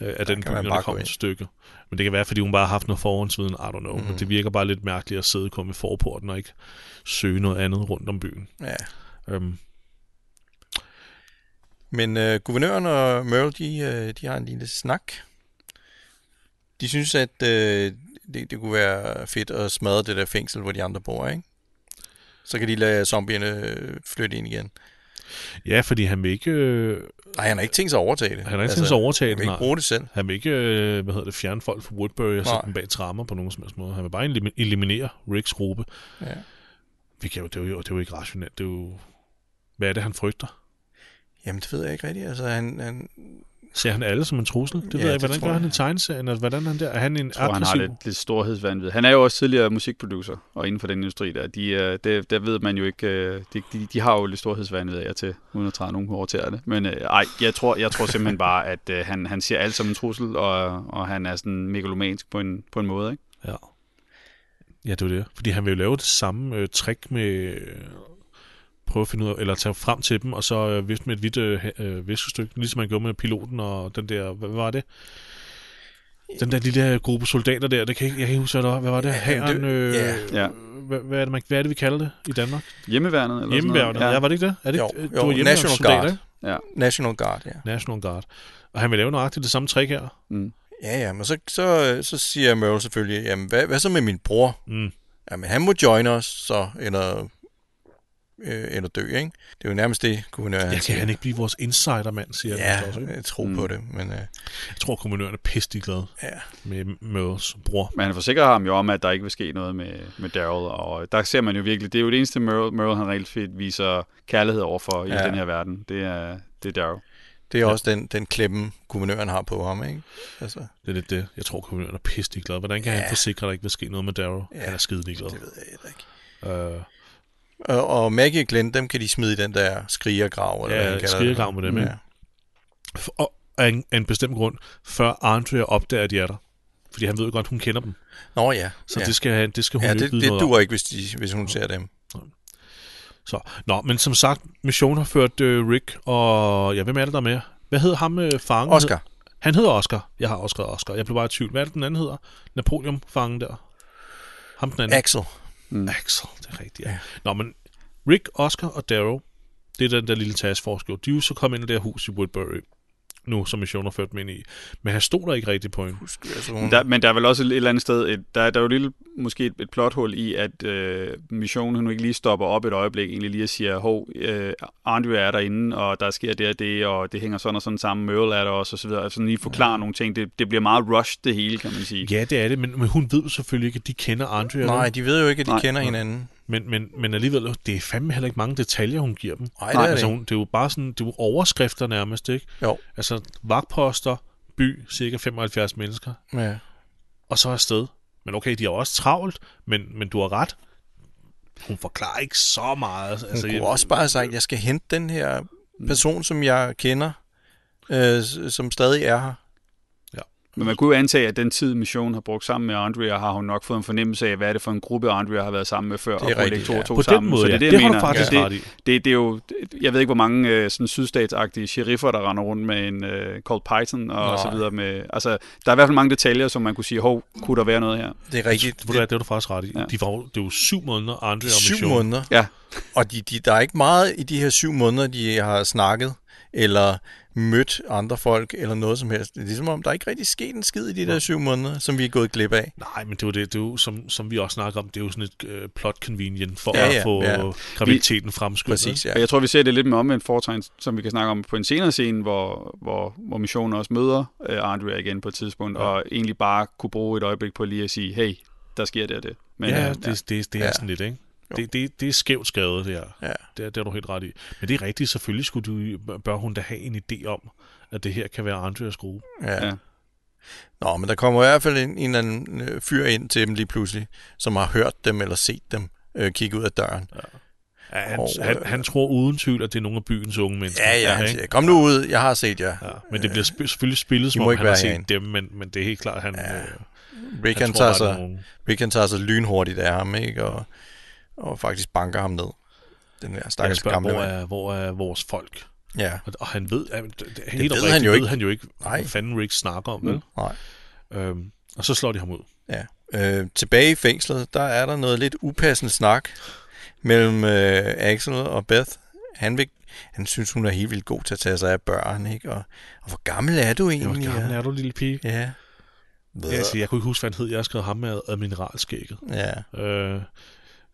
Ja, øh, af den by, kan man når bare det gå kommer ind. til stykket. Men det kan være, fordi hun bare har haft noget forhåndsviden, I don't know. Mm. Mhm. Men det virker bare lidt mærkeligt at sidde og komme i forporten og ikke søge noget andet rundt om byen. ja. Øhm, Men øh, guvernøren og Merle, de, øh, de har en lille snak. De synes, at øh, det, det kunne være fedt at smadre det der fængsel, hvor de andre bor, ikke? Så kan de lade zombierne øh, flytte ind igen. ja, fordi han vil ikke, øh, Nej, han har ikke tænkt sig at overtage det. han har ikke altså, tænkt sig at overtage den. Han vil ikke nej. bruge det selv. Han vil ikke øh, hvad hedder det, fjerne folk fra Woodbury og Nej. sætte dem bag trammer på nogen som helst måde. Han vil bare elim- eliminere Ricks gruppe. Ja. Vi kan jo, det, er jo, det er jo ikke rationelt. Det er jo, hvad er det, han frygter? Jamen, det ved jeg ikke rigtigt. Altså, han, han, Ser han alle som en trussel? Det Ja, ja, ved jeg ikke. det Hvordan tror gør jeg, han i ja. tegneserien? Altså, hvordan er han der? Er han en tror, han har aggressiv? lidt, lidt storhedsvandvid. Han er jo også tidligere musikproducer, og inden for den industri der, de, øh, det, der ved man jo ikke, øh, de, de, de har jo lidt storhedsvandvid af jer til, uden at træde nogen over til det. Men øh, ej, jeg tror, jeg tror simpelthen bare, at øh, han, han ser alt som en trussel, og, og han er sådan megalomansk på en, på en måde, ikke? Ja. ja, det er jo det. Fordi han vil jo lave det samme øh, trick med... Øh, prøve at finde ud af, eller tage frem til dem, og så øh, vifte med et hvidt øh, ha- øh, viskestykke, ligesom man gjorde med piloten og den der, hvad var det? Den der lille gruppe soldater der, det kan jeg ikke, jeg kan ikke huske, hvad det var. Hvad var det? Ja, jamen, det- Hæren, øh, ja. Ja. Hvad, hvad, er det, man, hvad er det, vi kalder det i Danmark? Hjemmeværnet? Eller Hjemmeværnet. Sådan Ja. noget. ja, var det ikke det? Er det, Jo, ikke- jo, var National hjemmeværnssoldat, Guard. ikke? Ja. ja. National Guard, ja. National Guard. Og han vil lave nøjagtigt det samme trick her. Mm. Ja, ja, men så, så, så siger Merle selvfølgelig, jamen hvad, hvad så med min bror? Mm. Jamen han må join os, så, eller, øh, eller dø, ikke? Det er jo nærmest det, guvernøren Ja, kan siger. han ikke blive vores insidermand, siger han også, Ja, ikke? jeg tror mm. på det, men øh, Jeg tror, kommunøren er pisseligeglad ja. med Møres bror. Men han forsikrer ham jo om, at der ikke vil ske noget med, med Daryl, og der ser man jo virkelig, det er jo det eneste, Merle, Merle han reelt fedt viser kærlighed overfor i Ja. den her verden. Det er, det er Daryl. det er ja. også den, den klemme, guvernøren har på ham, ikke? Altså, Det er lidt det. Jeg tror, kommunøren er pisseligeglad. Hvordan kan ja. han Ja. forsikre, at der ikke vil ske noget med Daryl? Ja. Ja. Han er skide ligeglad. det ved jeg heller ikke. Øh, Og, og Maggie og Glenn, dem kan de smide i den der skrigergrav, eller Ja, hvad han kalder skrigergrav med dem, det. ikke? f- og af en, af en bestemt grund, før Andrea opdager, at de er der. Fordi han ved jo godt, hun kender dem. Nå ja, Så ja. ja. det skal, han, det skal hun ja, jo det, ikke vide det noget om. duer ikke, hvis, de, hvis hun ser dem. Så, nå, men som sagt, Mission har ført øh, Rick og... Ja, hvem er det, der er med? Hvad hedder ham øh, fangen? Oscar. Han hedder Oscar. Jeg har også skrevet Oscar. Jeg blev bare i tvivl. Hvad er det, den anden hedder? Napoleon-fangen der. Ham den anden. Axel. Axel, det er rigtigt, ja. Nå, men Rick, Oscar og Darrow, det er den der lille taskforce, jo. de er jo så kommet ind i det her hus i Woodbury, nu som Mission har ført dem ind i. Men han stod der ikke rigtigt på hende. Husk, altså, hun, Mm. Der, men der er vel også et eller andet sted, et, der, der er jo et lille, måske et, et plothul i, at øh, missionen hun ikke lige stopper op et øjeblik, egentlig lige og siger, hov, øh, Andrew er derinde, og der sker det og det, og det hænger sådan og sådan sammen, Merle er der også, og så videre. Altså Sådan lige forklare nogle ting. Det, det bliver meget rushed, det hele, kan man sige. Ja, det er det, men, men hun ved jo selvfølgelig ikke, at de kender Andrea. Nej, vel? de ved jo ikke, at de Nej. Nej. kender hinanden. Men, men, men alligevel, det er fandme heller ikke mange detaljer, hun giver dem. Nej, det er altså, det hun, det er jo bare sådan, det er jo overskrifter nærmest, ikke? Jo, Altså, vagtposter, by, cirka 75 mennesker, ja. og så afsted. Men okay, de har også travlt, men, men du har ret. Hun forklarer ikke så meget. Hun altså, kunne jeg- også bare have sagt, at jeg skal hente den her person, som jeg kender, øh, s- som stadig er her. Men man kunne jo antage, at den tid, missionen har brugt sammen med Andrea, har hun nok fået en fornemmelse af, hvad er det for en gruppe, Andrea har været sammen med før, og er kunne rigtigt, lægge to ja. og to På den sammen. måde, så det er ja. det, jeg Det har du mener. faktisk det, ret i. Det, det, er jo, jeg ved ikke, hvor mange øh, sådan sydstatsagtige sheriffer, der render rundt med en øh, Cold Python og Nej. så videre. Med, altså, der er i hvert fald mange detaljer, som man kunne sige, hov, kunne der være noget her? Det er rigtigt. Ved du hvad, det var du faktisk ret i. Ja. Ja. De var, jo- det var syv måneder, Andre og syv Mission. måneder. Ja, Og de, de, der er ikke meget i de her syv måneder, de har snakket eller mødt andre folk eller noget som helst. Det er ligesom om, der ikke rigtig sket en skid i de der syv måneder, som vi er gået glip af. Nej, men det var det, det var, som, som vi også snakker om, det er jo sådan et øh, plot convenient for Ja, ja, at ja, få ja. ja. graviditeten fremskyndet. Præcis, ja. og jeg tror, vi ser det lidt med omvendt foretegn, som vi kan snakke om på en senere scene, hvor, hvor, hvor missionen også møder øh, Andrea igen på et tidspunkt, ja. og egentlig bare kunne bruge et øjeblik på lige at sige, hey, der sker det og det. Men, Ja, øh, det, det, det, det er Ja. sådan lidt, ikke? Jo. Det, det, det er skævt skrevet, det her. Ja. Det, er- det er du helt ret i. Men det er rigtigt, selvfølgelig skulle du, bør hun da have en idé om, at det her kan være Andreas gruppe. Ja. Ja. ja. Nå, men der kommer i hvert fald en, en eller anden øh, fyr ind til dem lige pludselig, som har hørt dem eller set dem øh, kigge ud af døren. Ja, han, Og, oh, han, øh, han tror uden tvivl, at det er nogle af byens unge mennesker. Ja, ja, han ikke? siger, kom nu ud, jeg har set jer. ja. Men det bliver sp- selvfølgelig spillet, som må om ikke han har være set herinde. dem, men, men det er helt klart, at han, ja, øh, Rick, han han tror tager, bare, det er sig, nogen. Rick han tager sig lynhurtigt af ham, ikke? Og, og faktisk banker ham ned. Den der Han stakkels spørger, gamle hvor mand. er, hvor er vores folk? Ja, Og, og han ved, at, det, det, helt ved oprigtigt han jo ved ikke. han jo ikke, Nej. Mm. hvad fanden Rick snakker om, vel? nej. Øhm, og så slår de ham ud. Ja. Øh, tilbage i fængslet, der er der noget lidt upassende snak mellem øh, Axel og Beth. Han, vil, han synes, hun er helt vildt god til at tage sig af børn, ikke? Og, og hvor gammel er du Hvor egentlig? gammel er du, lille pige? Ja. Ja, altså, jeg kunne ikke huske, hvad han hed. Jeg har skrevet ham med admiralskægget. Ja. Øh,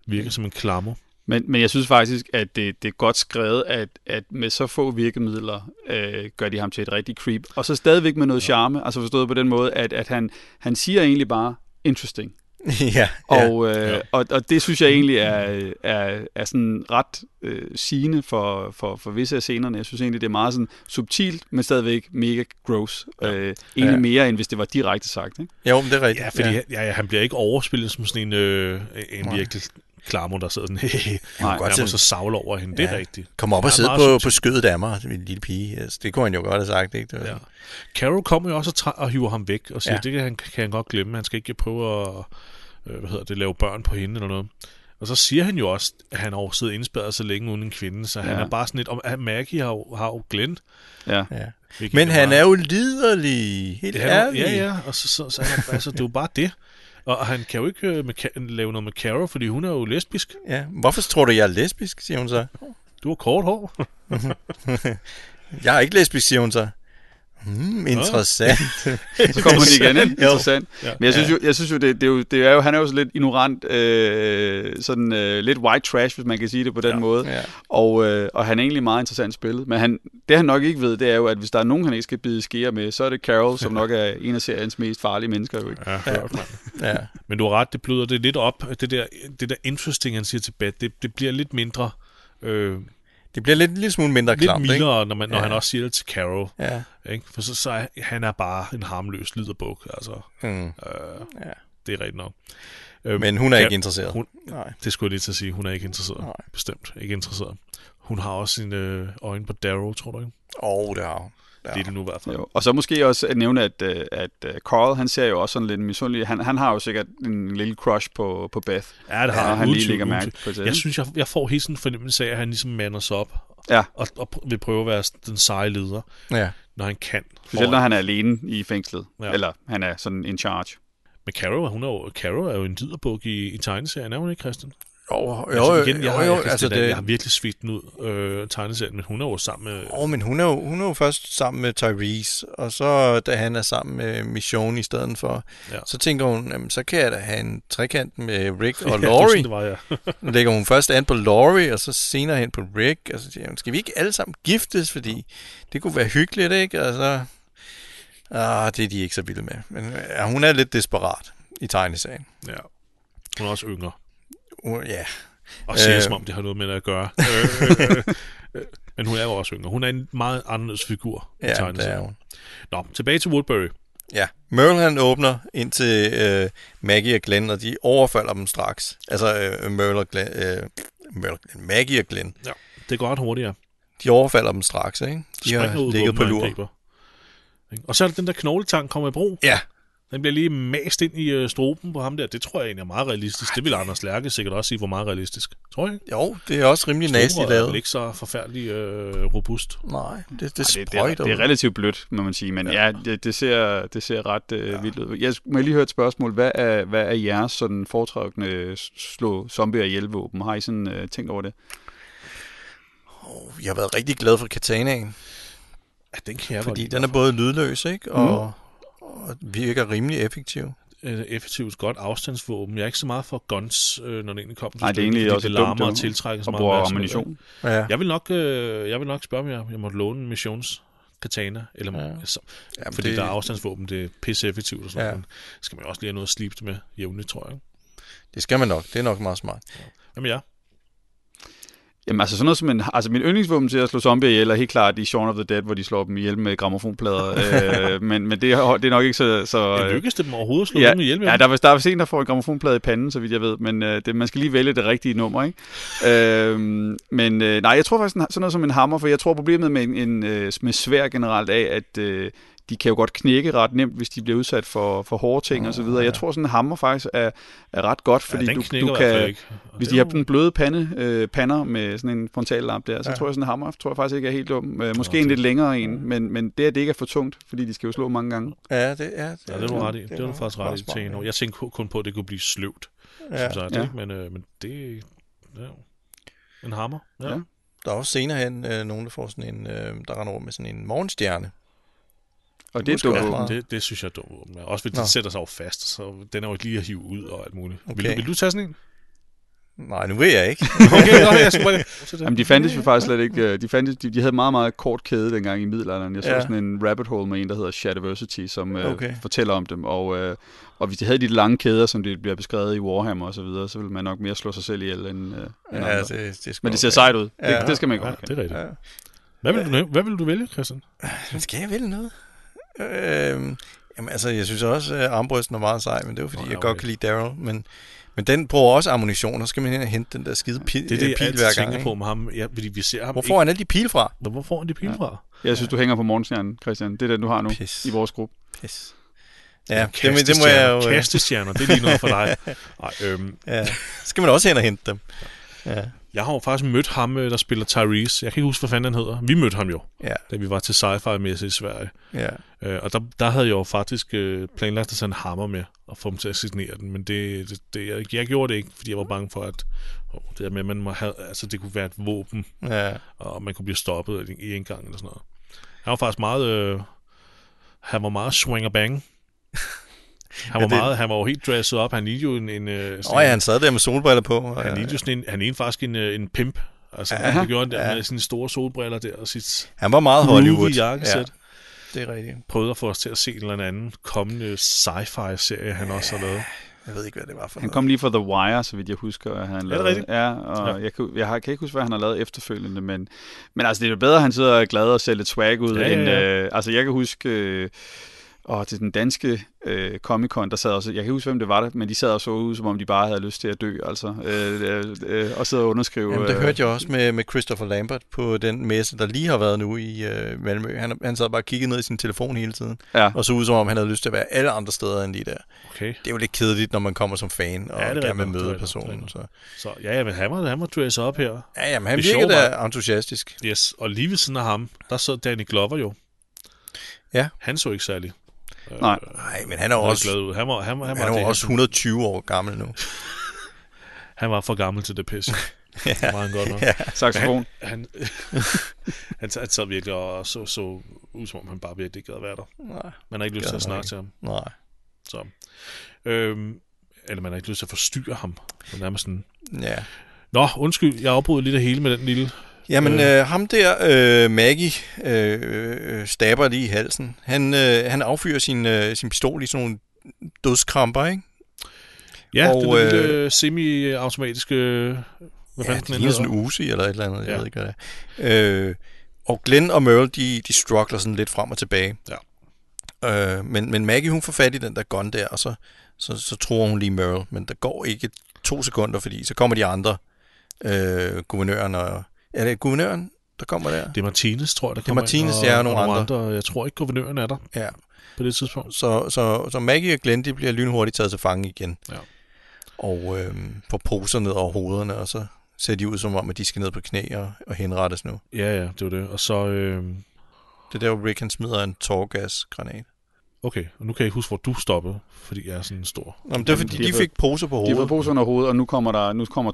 virker som en klammer. Men, men jeg synes faktisk, at det, det er godt skrevet, at, at med så få virkemidler øh, gør de ham til et rigtig creep. Og så stadigvæk med noget charme, altså forstået på den måde, at, at han, han siger egentlig bare, interesting. ja. ja. Og, øh, og, og det synes jeg egentlig er, er, er sådan ret øh, sigende for, for, for visse af scenerne. Jeg synes egentlig, det er meget sådan subtilt, men stadigvæk mega gross. Øh, egentlig Ja. mere, end hvis det var direkte sagt. Ikke? Jo, men det er rigtigt. Ja, fordi ja. Ja, ja, han bliver ikke overspillet som sådan en, øh, en virkelig klammer, der sidder sådan, hehehe, Nej, og godt så til- savle over hende. Det er Ja. rigtigt. Kom op Ja, og sidde meget på, subtilt. på skødet af mig, min lille pige. Altså, det kunne han jo godt have sagt, ikke? Det var, Ja. Carol kommer jo også og, tra- og hiver ham væk og siger, ja. Ja. det kan han, kan han godt glemme. Han skal ikke prøve at øh, hvad hedder det, lave børn på hende eller noget. Og så siger han jo også, at han har siddet indspærret så længe uden en kvinde, så ja. han Ja. er bare sådan lidt... Om, at Maggie har jo, har jo Glenn. Ja. ja. hvilket Men han meget- er jo liderlig, helt det er jo- ærligt. Ja, ja, og så, så, så er han, altså, det er jo bare det. Og han kan jo ikke øh, med, Ka- lave noget med Carol, fordi hun er jo lesbisk. ja. Hvorfor tror du, jeg er lesbisk, siger hun så. Du har kort hår. Jeg er ikke lesbisk, siger hun så. Hmm, interessant. Så kommer man igen, ikke? Jo. Interessant. Ja. Men jeg synes jo, jeg synes jo det, det, er jo, det er jo, han er jo sådan lidt ignorant, øh, sådan øh, lidt white trash, hvis man kan sige det på den Ja. måde. Ja. Og, øh, og han er egentlig meget interessant spillet. Men han, det han nok ikke ved, det er jo, at hvis der er nogen, han ikke skal bide skære med, så er det Carol, som nok er en af seriens mest farlige mennesker. Jo, ikke? Ja, klart, mand. ja. Men du har ret, det bløder det lidt op. Det der, det der interesting, han siger til Beth, det, det bliver lidt mindre, øh, Det bliver lidt, en lille smule mindre lidt klamt, ikke? mildere, når, man, når Ja. han også siger det til Carol. Ja. Ikke? For så, så er han er bare en harmløs liderbuk. Altså, Mm. øh, Ja. det er rigtigt nok. Øh, Men hun er Ka- ikke interesseret. hun- Nej. Det skulle jeg lige til at sige. Hun er ikke interesseret. Nej. Bestemt ikke interesseret. Hun har også sine øh, øjne på Darrow, tror du ikke? Åh, oh, det har hun. Ja. Ja. Det er det nu i hvert fald. Jo. Og så måske også at nævne, at, øh, at øh, Carl, han ser jo også sådan lidt misundelig. Han, han har jo sikkert en lille crush på, på Beth. Ja, det har Ja, han lige Uden tvivl, lægger uden mærke tvivl. på det. Jeg synes, jeg, jeg får hele sådan en fornemmelse af, at han ligesom mander sig op Ja. og, og pr- vil prøve at være den seje leder, Ja. når han kan. Specielt når Foran- han er alene i fængslet. Ja. Ja. Eller han er sådan in charge. Men Caro, hun er jo, Caro er jo en liderbuk i, i tegneserien, er hun ikke, Christian? Jo, jo, altså, jo, igen, jeg, jo, har, jo, jeg, kan altså stille dig- jeg har det... virkelig svidt den ud, øh, tegneserien, men hun er jo sammen med... Åh, men hun er, jo, hun er jo først sammen med Tyrese, og så da han er sammen med Michonne i stedet for, Ja. ja. så tænker hun, jamen, så kan jeg da have en trekant med Rick og Ja, det var Laurie. sådan, det var, ja. Nu lægger hun først an på Laurie, og så senere hen på Rick, og så siger hun, skal vi ikke alle sammen giftes, fordi det kunne være hyggeligt, ikke? Og så, ah, det er de ikke så vilde med. Men ja, hun er lidt desperat i tegnesagen. ja. Hun er også yngre. Uh, ja, Og ser øh, Øh. som om det har noget med det at gøre. Øh, øh, øh, øh. Men hun er jo også yngre. Hun er en meget anderledes figur i ja det er tegneserien. hun. Nå, tilbage til Woodbury. Ja, Merle han åbner ind til øh, Maggie og Glenn, og de overfalder dem straks. Altså øh, Merle og Glenn, øh, Merle, og Glenn, Maggie og Glenn, Det går ret hurtigt, ja. de overfalder dem straks, ikke? De Springer ud har i ligget våben på og lur. angriber. Ikke? Og så er det den der knogletang kommer i brug. Ja, Den bliver lige mast ind i øh, stroben på ham der. Det tror jeg egentlig er meget realistisk. Det vil Anders Lærke sikkert også sige, hvor meget realistisk. Tror jeg ikke? jo, det er også rimelig nasty Strober er vel lavet. ikke så forfærdelig øh, robust. Nej, det, det Ej, det, det, er, sprøjter det er relativt blødt, må man sige, men ja, ja det, det, ser, det ser ret øh, ja. vildt ud. Jeg sk- må jeg lige høre et spørgsmål. Hvad er, hvad er jeres sådan foretrukne øh, s- slå zombier ihjel våben? Har I sådan øh, tænkt over det? Jeg har været rigtig glad for Katanaen, Ja, den kan jeg fordi godt Mhm. lide. den er både lydløs, ikke? Og, og virker rimelig effektiv. øh, effektivt godt afstandsvåben. Jeg er ikke så meget for guns, øh, når det egentlig kommer til Nej, det er stykket, egentlig fordi også det dumt, larmer jo. og tiltrækker så Og meget bruger opmærksomhed. ammunition? Ja. Jeg vil nok, øh, jeg vil nok spørge, om jeg, jeg måtte låne en missions katana, eller ja. Ja. så, Jamen, fordi det... det- der er afstandsvåben, det er pisse effektivt og sådan Ja. noget. Ja. Skal man jo også lige have noget at slibe med jævnligt, tror jeg. Det skal man nok. Det er nok meget smart. Hvad med jer? Jamen altså sådan noget som en, altså min yndlingsvåben til at slå zombier ihjel er helt klart i Shaun of the Dead, hvor de slår dem ihjel med gramofonplader, øh, men, men det, er- det er nok ikke så... så Øh, øh, lykkes det dem overhovedet at slå ja, Ja, dem ihjel med? ja der, er, vist- der er vist en, der får en gramofonplade i panden, så vidt jeg ved, men øh, det, man skal lige vælge det rigtige nummer, ikke? øhm, men øh, nej, jeg tror faktisk en- sådan noget som en hammer, for jeg tror problemet med, en, en, øh, med svær generelt er, at øh, de kan jo godt knække ret nemt, hvis de bliver udsat for, for hårde ting og så videre. Jeg tror sådan en hammer faktisk er, er ret godt, fordi Ah, ja, den du, knækker du i hvert fald kan... ikke. Og Hvis det de er har jo- den bløde pande, øh, pander med sådan en frontallap der, så tror jeg sådan en hammer, tror jeg faktisk ikke er helt dum. Øh, måske en lidt længere en, men, men det er det ikke er for tungt, fordi de skal jo slå mange gange. Ja, det er det. Ja, det er du ret i. Det er du nok faktisk ret meget i smart, til en år. Jeg tænkte ku- kun på, at det kunne blive sløvt, Ja. som sagt, Ja. ikke? Men, øh, men det ja. en hammer. Ja. Ja. Der er også senere hen øh, nogen, der får sådan en, øh, der render rundt med sådan en morgenstjerne. Og det er Måske også dumt. meget. Det, det synes jeg er dumt. våben. Også fordi den Nå. sætter sig jo fast, så den er jo ikke lige at hive ud og alt muligt. Okay. Vil, du, Okay. vil du tage sådan en? Nej, nu ved jeg ikke. Okay, nå, jeg skulle bare... Så det- Jamen, de fandtes jo faktisk slet ikke. øh, De, fandtes, de, de havde meget, meget kort kæde dengang i middelalderen. Jeg så ja. Ja. sådan en rabbit hole med en, der hedder Shadiversity, som øh, okay. Okay. fortæller om dem. Og, øh, og hvis de havde de lange kæder, som det bliver beskrevet i Warhammer og så videre, så ville man nok mere slå sig selv ihjel end, øh, end ja, andre. det, det er sgu Men det ser okay. sejt ud. Ja. Ja. Det, det skal man Ja, godt det er rigtigt. Ja. Hvad vil, du, hvad vil du vælge, Christian? Men skal jeg vælge noget? Øh, jamen, altså, jeg synes også, at armbrysten er meget sej, men det er jo, fordi Nå, Nå, ja, jeg godt okay. kan lide Daryl. Men, men den bruger også ammunition, og så skal man hen og hente den der skide pil, Det er det, jeg pil altid hver gang. tænker på ikke? med ham. Ja, fordi vi ser ham Hvor får han alle de pil fra? ikke. Hvor får han de pil Ja. fra? Jeg synes, du hænger på morgenstjernen, Christian. Det er den, du har nu Pis. i vores gruppe. Pis. Ja, det, Kastestjerner. det, det må jeg jo... øh, Kastestjerner, det er lige noget for dig. Ej, øhm, Ja. Så skal man også hen og hente dem. Ja. jeg har jo faktisk mødt ham, øh, der spiller Tyrese. Jeg kan ikke huske, hvad fanden han hedder. Vi mødte ham jo, Ja. da vi var til sci-fi-messe i Sverige. ja. Øh, og der, der havde jeg jo faktisk øh, planlagt at tage en hammer med og få dem til at signere den, men det, det, det, jeg, jeg gjorde det ikke, fordi jeg var bange for, at åh, det der med, at man må have, altså, det kunne være et våben, ja. og man kunne blive stoppet i en gang eller sådan noget. Han var faktisk meget... Øh, Han var meget swing og bang. Han Ja, var, det- meget, han var jo helt dresset op. Han lignede jo en... en øh, Nå ja, han sad der med solbriller på. Og, han lignede jo sådan en, han lignede faktisk en, øh, en pimp. Altså, ja, han gjorde han der med sine store solbriller der og sit øh, han var meget Hollywood. groovy jakkesæt. Ja. det er rigtigt. Prøvede at få os til at se en eller anden kommende sci-fi-serie, han også har lavet. Jeg ved ikke, hvad det var for Han noget. kom lige fra The Wire, så vidt jeg husker. At han lavede. rigtigt? Ja, og ja. Jeg, kan, jeg, har, kan ikke huske, hvad han har lavet efterfølgende, men, men altså, det er jo bedre, at han sidder og er glad og ser lidt swag ud, Ja, ja, end... ja, Øh, altså, jeg kan huske... Øh, og til den danske øh, Comic-Con, der sad også, jeg kan ikke huske, hvem det var, der, men de sad og så ud, som om de bare havde lyst til at dø, altså, øh, øh, øh, og sidde og underskrive. Jamen, det øh, hørte jeg også med, med Christopher Lambert på den messe, der lige har været nu i øh, Malmø. Han, han sad bare og kiggede ned i sin telefon hele tiden, Ja. og så ud som om, han havde lyst til at være alle andre steder end lige der. Okay. Det er jo lidt kedeligt, når man kommer som fan og Ja, det er ja, rigtigt gerne vil nok, det er møde rigtigt nok, det er personen. rigtigt Så. Så ja, ja men han var, han var dresset op her. Ja, jamen, han Det er virkede sjovt, da entusiastisk. Yes, og lige ved siden af ham, der sad Danny Glover jo. Ja. Han så ikke særlig Nej, Nej, men han er jo han også, glad ud. Han var, han, var- han, han var, er det, jo også 120 år gammel nu. han var for gammel til det pisse. ja. Det var han godt nok. Ja. saxofon. Han, han, han sad virkelig og så, så ud, som om han bare virkelig ikke gad være der. Nej, Man har ikke lyst Gad til at snakke han ikke. til ham. nej. Så. Øhm, eller man har ikke lyst til at forstyrre ham. Man er nærmest sådan, Ja. Nå, undskyld, jeg afbrød lige det hele med den lille... Jamen, Øh. øh. Øh, ham der, øh, Maggie, øh, øh, stabber lige i halsen. Han, øh, han affyrer sin, øh, sin pistol i sådan nogle dødskramper, ikke? Ja, og, Og, den der lille øh, øh, semi-automatiske... øh, Hvad Ja, fanden det den ligner sådan hedder? en Uzi eller et eller andet, jeg Ja. ved ikke, hvad det er. Øh, og Glenn og Merle, de, de struggler sådan lidt frem og tilbage. Ja. Øh, men, men Maggie, hun får fat i den der gun der, og så, så, så tror hun lige Merle, men der går ikke to sekunder, fordi så kommer de andre, øh, guvernøren og... Er det guvernøren, der kommer der? Det er Martinez, tror jeg, der Det er kommer Martinez, ind, ja, og nogle andre. andre. Jeg tror ikke, guvernøren er der Ja. på det tidspunkt. Så, så, så Maggie og Glenn, de bliver lynhurtigt taget til fange igen. Ja. Og øh, får poser ned over hovederne, og så ser de ud som om, at de skal ned på knæ og, og henrettes nu. Ja, ja, det var det. Og så... Øh, Det er der, hvor Rick han smider en tårgasgranat. okay, og nu kan jeg ikke huske, hvor du stoppede, fordi jeg er sådan en stor... Nå, men det er Jamen, fordi, de de har fik poser på De har fået hovedet. poser under hovedet, og nu kommer der, nu kommer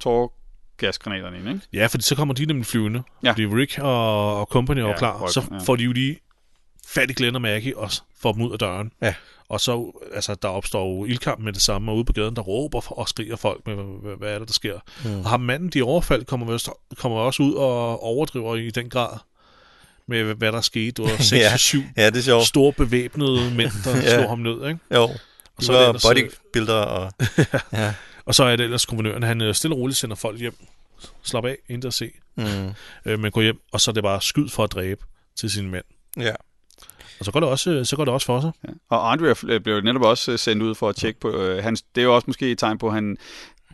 tårgasgranaterne ind, ikke? Ja, fordi så kommer de nemlig flyvende. Ja. Fordi Rick og, og company er jo Ja, klar. folk, så ja. får de jo lige fat i Glenn og Maggie og s- får dem ud af døren. Ja. Og så, altså, der opstår jo ildkamp med det samme, og ude på gaden, der råber og skriger folk med, hvad, hvad er det, der sker. Mm. Og ham manden, de overfald, kommer, vist- kommer også ud og overdriver i den grad med, hvad- hvad der skete. Det var 6 Ja. ja. 7 Ja, det er sjovt. store bevæbnede mænd, der Ja. ja. slår ham ned, ikke? Jo. Og Og så så er det var ellers, bodybuilder og... ja. Og så er det ellers kommunøren, han øh, stille og roligt sender folk hjem. Slap af, intet at se. Mm. Øh, men gå hjem, og så er det bare skyd for at dræbe til sine mænd. ja. Og så går det også, øh, så går det også for sig. Ja. Og Andrea fl- øh, blev jo netop også øh, sendt ud for at tjekke på øh, hans... Det er jo også måske et tegn på, at han...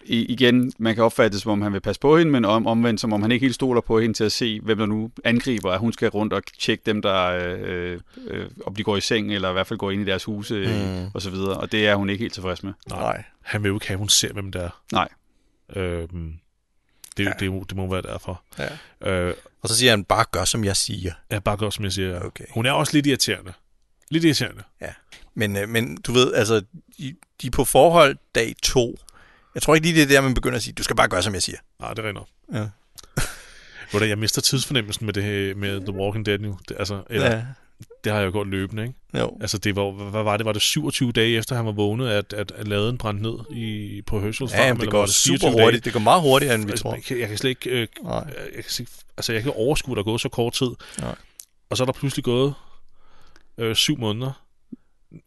I, igen, man kan opfatte det, som om han vil passe på hende, men om, omvendt, som om han ikke helt stoler på hende til at se, hvem der nu angriber, at hun skal rundt og tjekke dem, der øh, øh, om de går i seng, eller i hvert fald går ind i deres huse, mm. Mm. og så videre. Og det er hun ikke helt tilfreds med. Nej. Han vil jo ikke have, at hun ser, hvem det er. Nej. Øhm, det, ja. Ja. det, må, det må være derfor. Ja. Øh, Og så siger han, bare gør, som jeg siger. jeg bare godt, som jeg siger. Okay. Hun er også lidt irriterende. Lidt irriterende. Men, øh, men du ved, altså, de, de er på forhold dag to. Jeg tror ikke lige, det er der, man begynder at sige, du skal bare gøre, som jeg siger. Nej, det render. Ja. Hvor jeg mister tidsfornemmelsen med, det, her- med The Walking Dead nu. Det, altså, eller, ja. det har jeg jo gjort løbende, ikke? Jo. Altså, det var, hvad var det? Var det 27 dage efter, han var vågnet, at, at, at laden brændte ned i, på Herschels Ja, jamen, det går super hurtigt. Det går meget hurtigere, end vi Altså, tror. Jeg, kan- jeg kan slet ikke... Øh, Nej. jeg kan, slet ikke- altså, jeg kan ikke overskue, at der er gået så kort tid. Nej. Og så er der pludselig gået øh, syv måneder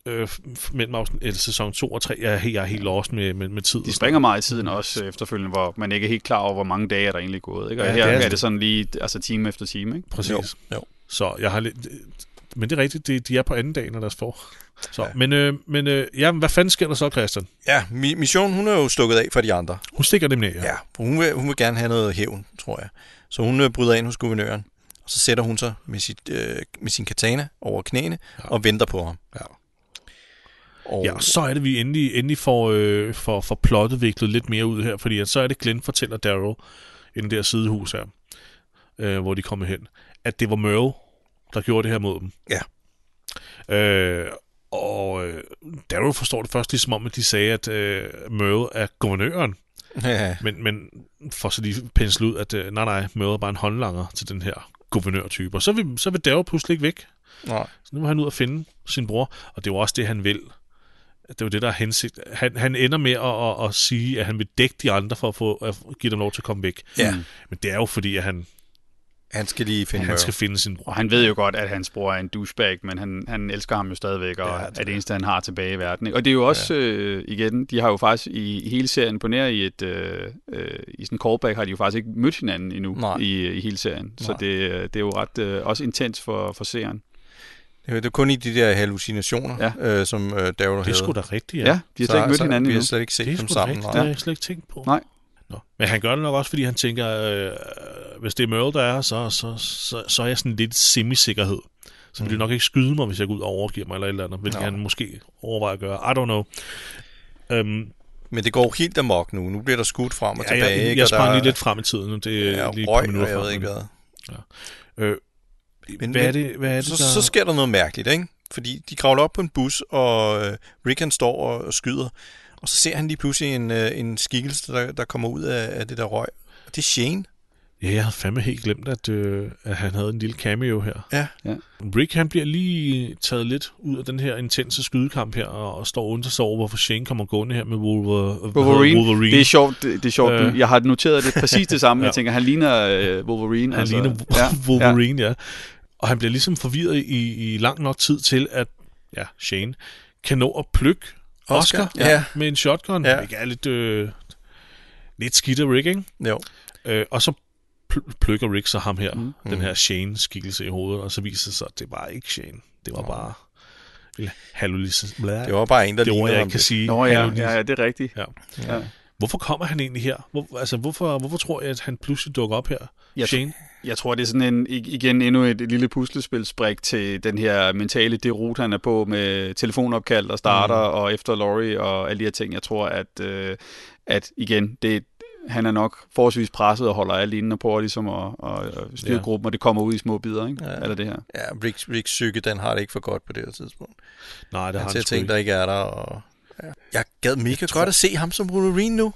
øh, f- mellem afsn- eller sæson 2 og 3. Jeg er, helt- jeg er helt lost med, med, med tid. De springer meget i tiden Mm. også øh, efterfølgende, hvor man ikke er helt klar over, hvor mange dage er der egentlig er gået. Ikke? Og Ja, ja, her det er er, er sådan- det sådan lige altså time efter time. Ikke? Præcis. Jo, jo. Så jeg har lidt... øh, Men det er rigtigt, de, de er på anden dag, når deres får. Så, ja. Ja. Men, øh, men øh, ja, hvad fanden sker der så, Christian? Ja, Mi- Mission, hun er jo stukket af for de andre. Hun stikker nemlig af. Ja, for hun vil, hun vil gerne have noget hævn, tror jeg. Så hun øh, bryder ind hos guvernøren, og så sætter hun sig med, sit, øh, med sin katana over knæene ja. og venter på ham. Ja. Og, Ja, og så er det, vi endelig, endelig får, øh, får, får plottet viklet lidt mere ud her, fordi at så er det, Glenn fortæller Daryl i den der sidehus her, øh, hvor de kommer hen, at det var Merle, der gjorde det her mod dem. Ja. Øh, og øh, Daryl forstår det først ligesom om, at de sagde, at øh, Merle er guvernøren, ja, men, men får så lige penslet ud, at øh, nej, nej, Merle er bare en håndlanger til den her guvernørtype. Og så vil, så vil Daryl pludselig ikke væk. Nej. Så nu må han ud og finde sin bror, og det er jo også det, han vil. Det er jo det, der er hensigt. Han, han ender med at, at, at sige, at han vil dække de andre for at, få, at give dem lov til at komme væk. Ja. Men det er jo fordi, at han, Han skal lige finde han Merle. skal finde sin bror. Og han ved jo godt, at hans bror er en douchebag, men han, han elsker ham jo stadigvæk, og Ja, ja, det det er det eneste, han har tilbage i verden. Ikke? Og det er jo også, ja. øh, igen, de har jo faktisk i, i hele serien, på nær i et øh, øh, i sådan en callback, har de jo faktisk ikke mødt hinanden endnu Nej. i, i hele serien. Så Nej. det, øh, det er jo ret øh, også intens for, for seeren. Det er- det er kun i de der hallucinationer, ja. øh, som øh, Daryl havde. Det er sgu da rigtigt, Ja, ja de har slet ikke mødt hinanden Vi endnu. har slet ikke set Det er dem sgu da sammen. rigtigt, det nej. har jeg slet ikke tænkt på. Nej. Nå. Men han gør det nok også, fordi han tænker, øh, hvis det er Merle, der er her, så, så, så, så er jeg sådan lidt semi-sikkerhed. Så vil de nok ikke skyde mig, hvis jeg går ud og overgiver mig eller et eller andet, hvilket Nå. han måske overvejer at gøre. I don't know. Øhm, Men det går helt amok nu. Nu bliver der skudt frem og ja, tilbage. jeg, jeg, ikke? Og jeg sprang der lige er- lidt frem i tiden. nu. Det er Ja, lige et par røg, minutter og jeg frem, ved ikke men- hvad. Øh, Men- hvad, er men- det, hvad er det, Så, der... så sker der noget mærkeligt, ikke? Fordi de kravler op på en bus, og øh, Rick han står og, og skyder. Og så ser han lige pludselig en, øh, en skikkelse, der, der kommer ud af, af det der røg. Og det er Shane. Ja, jeg havde fandme helt glemt, at, øh, at han havde en lille cameo her. Ja. Ja. Rick, han bliver lige taget lidt ud af den her intense skydekamp her, og, og står undrer sig over, hvorfor Shane kommer gående her med Wolver- øh, Wolverine. Wolverine. Det er sjovt, det, det er sjovt. Øh. Øh. Jeg har noteret det præcis det samme. Ja. ja. Jeg tænker, han ligner øh, Wolverine. han ligner Wolverine, ja. ja. Og han bliver ligesom forvirret i, i lang nok tid til, at ja, Shane kan nå at plukke Oscar, Oscar, ja. med en shotgun. Ja. Ja. Det er lidt, øh, lidt skidt af Rick, ikke? Jo. Øh, og så pl- plukker Rick så ham her, mm. den Mm. her Shane-skikkelse i hovedet, og så viser det sig, at det var ikke Shane. Det var bare... Eller hallulis- Det var bare en, der det ord, lignede jeg ham ikke kan lidt. sige. Nå ja, Hallulis- ja, ja, det er rigtigt. Ja. Ja. Ja. Hvorfor kommer han egentlig her? Hvor, altså, hvorfor, hvorfor tror jeg, at han pludselig dukker op her? Jeg tr- Shane? Jeg tror, det er sådan en, ig- igen endnu et lille puslespilsbrik til den her mentale derute, han er på med telefonopkald og starter mm. og efter Laurie og alle de her ting. Jeg tror, at, øh, at igen, det, han er nok forholdsvis presset og holder alle inde på ligesom at, at at styre Ja. ja. gruppen, og det kommer ud i små bidder, ikke? Ja. Ja. Eller det her. Ja, Rick, Rick psyke, den har det ikke for godt på det her tidspunkt. Nej, det Han har ser han sgu ting, ikke. der ikke er der. Og... Ja. Jeg gad mega jeg godt at se ham som Wolverine nu.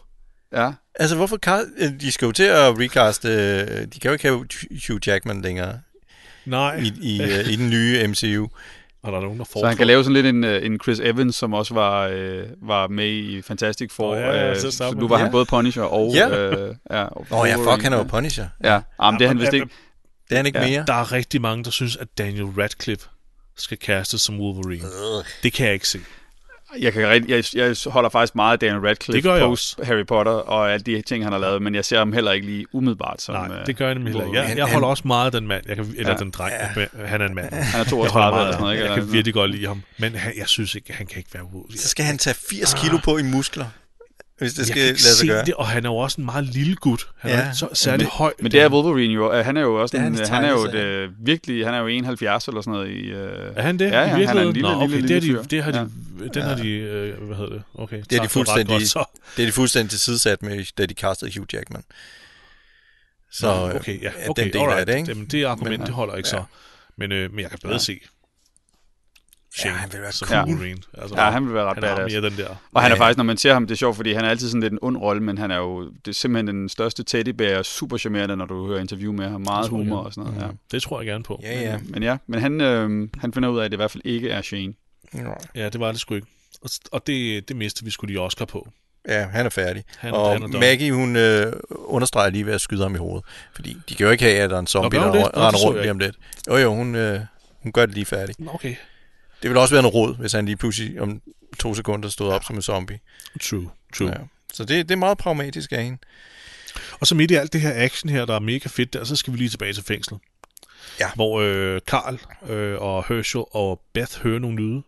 Ja, Altså, hvorfor... Cast... øh, De skal jo til at recaste... øh, De kan jo ikke have Hugh Jackman længere Nej, i, i, øh, i den nye MCU. og der er nogen, der så han foreslår. kan lave sådan lidt en, øh, en Chris Evans, som også var, øh, var med i Fantastic Four. Åh, ja, ja, øh, så så sammen. nu var Ja. han både Punisher og... Ja. Øh, ja, og Nå ja, fuck, Wolverine. han er jo Punisher. Ja, ja men det er han vist ikke. Det er han ikke Ja, mere. Der er rigtig mange, der synes, at Daniel Radcliffe skal kastes som Wolverine. Øh. Det kan jeg ikke se. Jeg, kan, rigtig- jeg, jeg holder faktisk meget af Daniel Radcliffe Det gør jeg post Harry Potter og alle de ting, han har lavet, men jeg ser ham heller ikke lige umiddelbart som... Nej, øh, det gør jeg nemlig heller ikke. Jeg, Han- jeg han- holder også meget af den mand, jeg kan, eller Ja. den dreng, ja. han er en mand. Han er Jeg holder 32 meget eller af sådan ham. noget, ikke? Jeg Eller kan virkelig godt lide ham. Men han, jeg synes ikke, han kan ikke være Wolverine. Så skal han tage 80 kilo på i muskler, hvis det Jeg skal kan ikke lade sig se gøre. det, og han er jo også en meget lille gut. Han ja. Ja. er jo ikke så, særlig høj. Men det er Wolverine jo. øh, Han er jo også Det er en, hans han er jo et, tegneserie. øh, virkelig, han er jo 71 eller sådan noget i... Øh, Er han det? Ja, ja, I virkeligheden? han er en lille, Nå, okay, lille, lille, det, har fyr. de, det har de, Ja. den har de, øh, hvad hedder det? Okay, Det er de sagt ret fuldstændig, godt, så. det er de fuldstændig tilsidesat med, da de kastede Hugh Jackman. Så øh, okay, ja, er okay, den del af alright. det, ikke? Jamen, det argument, det holder ikke ja. så. Men, øh, men jeg kan bedre se Shane han vil være som cool. Wolverine. Altså, Ja, han vil være ret han har badass. mere den der. Og han er Ja. faktisk, når man ser ham, det er sjovt, fordi han er altid sådan lidt en ond rolle, men han er jo det er simpelthen den største teddybær, super charmerende, når du hører interview med ham. Meget Det tror jeg, humor ja. og sådan noget. Ja. Det tror jeg gerne på. ja, ja. Men ja, men han, øh, han finder ud af, at det i hvert fald ikke er Shane. Nå. Ja, det var det sgu ikke. Og, og det, det mistede vi skulle lige Oscar på. Ja, han er færdig. Han- og han er done. Maggie, hun øh, understreger lige ved at skyde ham i hovedet. Fordi de kan jo ikke have, at der er en zombie, gør der hun det? Nå, det render så rundt jeg lige om lidt. Jo, jo, hun, øh, hun gør det lige færdigt. Nå, Okay, Det ville også være noget råd, hvis han lige pludselig om to sekunder stod op som en zombie. true, true. Ja. Så det, det er meget pragmatisk af hende. Og så midt i alt det her action her, der er mega fedt der, så skal vi lige tilbage til fængslet. Ja. Hvor øh, Karl øh, og Herschel og Beth hører nogle lyde,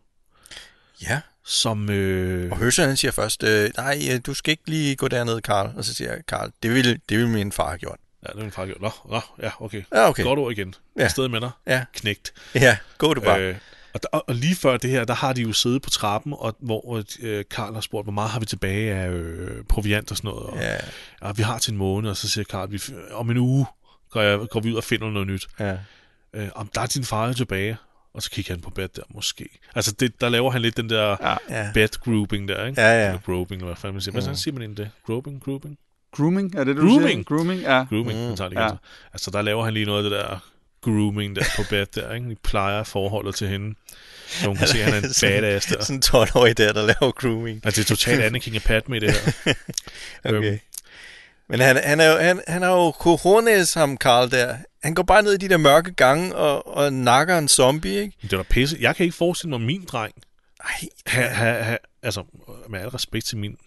Ja. som... Øh, Og Høsser, han siger først, øh, nej, øh, du skal ikke lige gå derned, Karl. Og så siger jeg, Karl, det ville, det ville min far have gjort. ja, det er min far gjort. Nå, nå, ja, okay. Ja, okay. Godt ord igen. Ja. Ja. Sted med dig. Ja. Knægt. Ja, gå du bare. Øh, Øh, og, der, og lige før det her, der har de jo siddet på trappen, og hvor øh, Karl har spurgt, hvor meget har vi tilbage af øh, proviant og sådan noget. Og, ja, ja, vi har til en måned, og så siger Karl, vi, f- om en uge går, jeg, går vi ud og finder noget nyt. ja. øh, om der er din far jo tilbage. Og så kigger han på bed der, måske. Altså, det, der laver han lidt den der ja. Ja. bed grouping der, ikke? Ja, ja. Eller groping, eller hvad fanden man siger. Hvad mm. siger man egentlig det? Groping, grouping? Grooming, er det det, du Grooming? siger? Grooming? Ja. Grooming, mm. tager det Ja. ja. Altså, der laver han lige noget af det der grooming der på Beth der, ikke? De plejer forholdet til hende. Så hun kan se, at han er en badass der. Sådan en 12-årig der, der laver grooming. Altså, det er totalt Anakin og Padme, det her. Øhm, Okay. Men han, han, er jo, han, han har jo cojones, ham Karl der. Han går bare ned i de der mørke gange og, og nakker en zombie, ikke? Det er da pisse. Jeg kan ikke forestille mig, at min dreng Ej, ha, ha, ha, altså, med al respekt til min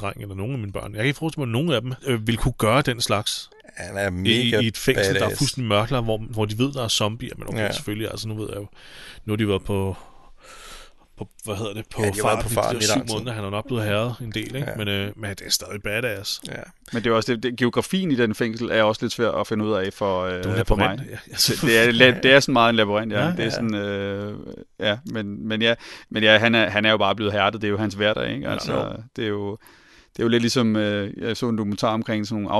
dreng eller nogen af mine børn, jeg kan ikke forestille mig, at nogen af dem øh, vil kunne gøre den slags han er i, mega i et fængsel, badass. der er fuldstændig mørklagt, hvor, hvor de ved, der er zombier. Men okay, Ja. ja. selvfølgelig, altså nu ved jeg jo, nu har de været på, på hvad hedder det, på Ja, ja, de har været farten, på på farten farten i i de der syv lang tid. måneder, han er nok blevet herret en del, ikke? Ja. Ja. Men, øh, men det er stadig badass. Ja. Men det er også det, det, geografien i den fængsel er også lidt svær at finde ud af for, øh, Du er for på mig. mig. Ja, Det- altså, det, er, la- det er sådan meget en labyrint, ja. Ja, ja det er ja. sådan, øh, ja, men, men ja, men ja han, er, han er jo bare blevet hærdet, det er jo hans hverdag, ikke? Altså, jo. det er jo... Det er jo lidt ligesom, øh, jeg så en dokumentar omkring sådan nogle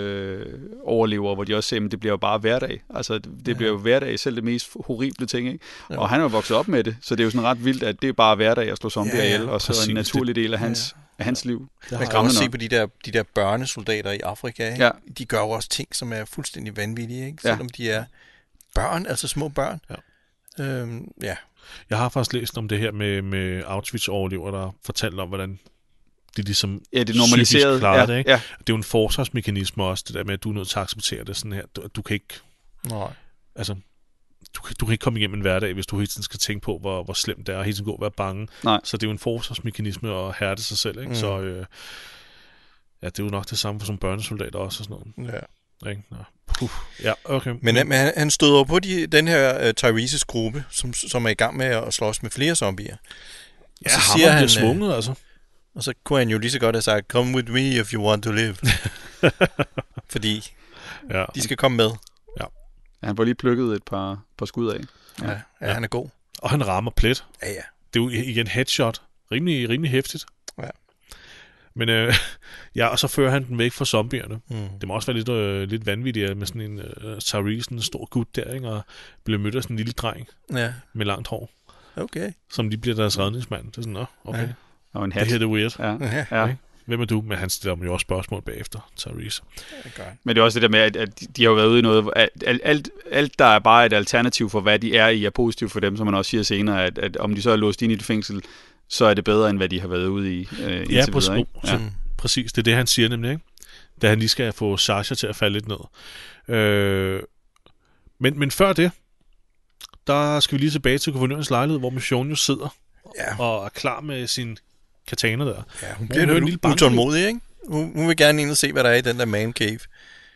Auschwitz-overlevere, hvor de også sagde, at det bliver jo bare hverdag. Altså, det det bliver jo hverdag, selv det mest horrible ting, ikke? Ja. Og han er jo vokset op med det, så det er jo sådan ret vildt, at det er bare hverdag at slå zombier Ja, ja, ja, ihjel, og så præcis. en naturlig del af hans, af hans liv. Man kan skræmmende også se nok. på de der, de der børnesoldater i Afrika, ikke? Ja. de gør jo også ting, som er fuldstændig vanvittige, ikke? Ja. selvom de er børn, altså små børn. Ja. Øhm, ja. Jeg har faktisk læst om det her med, med Auschwitz-overlever, der fortalte om, hvordan de ligesom... Ja, det er Psykisk normaliseret. klarer Ja, det, ikke? ja, Det er jo en forsvarsmekanisme også, det der med, at du er nødt til at acceptere det sådan her. Du, du kan ikke... Nej. Altså, du kan, du kan ikke komme igennem en hverdag, hvis du hele tiden skal tænke på, hvor, hvor slemt det er, og hele tiden gå og være bange. Nej. Så det er jo en forsvarsmekanisme at hærde sig selv, ikke? Mm. Så øh, ja, det er jo nok det samme for som børnesoldater også og sådan Ja. noget. Ikke? Nå. Puh. Ja, okay. Men, han- men han, han støder jo på de, den her uh, Tyrese's gruppe, som, som er i gang med at slås med flere zombier. ja, så så siger siger han, øh, bliver svunget, altså. Og så kunne han jo lige så godt have sagt, come with me if you want to live. Fordi Ja. de skal komme med. han får lige plukket et par, par skud af. Ja, ja, ja. han er god. Og han rammer plet. Ja, ja. det er jo igen headshot. Rimelig, rimelig hæftigt. Ja. Men øh, ja, og så fører han den væk fra zombierne. Mm. Det må også være lidt, øh, lidt vanvittigt at med sådan en øh, Tyrese, sådan en stor gut der, ikke? og bliver mødt af sådan en lille dreng Ja, med langt hår, okay. som lige bliver Mm. deres redningsmand. Det er sådan, nå, okay, Ja. ja. Og en det hat. her det er weird. Ja. Ja, Ja. Ikke? Hvem er du? Men han stiller dem jo også spørgsmål bagefter, Tyrese. det gør han. Men det er også det der med, at, at de- de har jo været ude i noget, hvor- at alt, alt, alt der er bare et alternativ for, hvad de er i, er positivt for dem, som man også siger senere, at, at om de så er låst ind i et fængsel, så er det bedre, end hvad de har været ude i øh, indtil Ja, videre. præcis, Ikke? ja. Mm. præcis. Det er det, han siger nemlig, ikke? Da han lige skal få Sasha til at falde lidt ned. Øh, men, men før det, der skal vi lige tilbage til guvernørens lejlighed, hvor Mission jo sidder Ja, og er klar med sin katana der. ja hun hører bliver en hun lille lidt banke. utålmodig, ikke? Hun, hun vil gerne ind og se, hvad der er i den der man cave.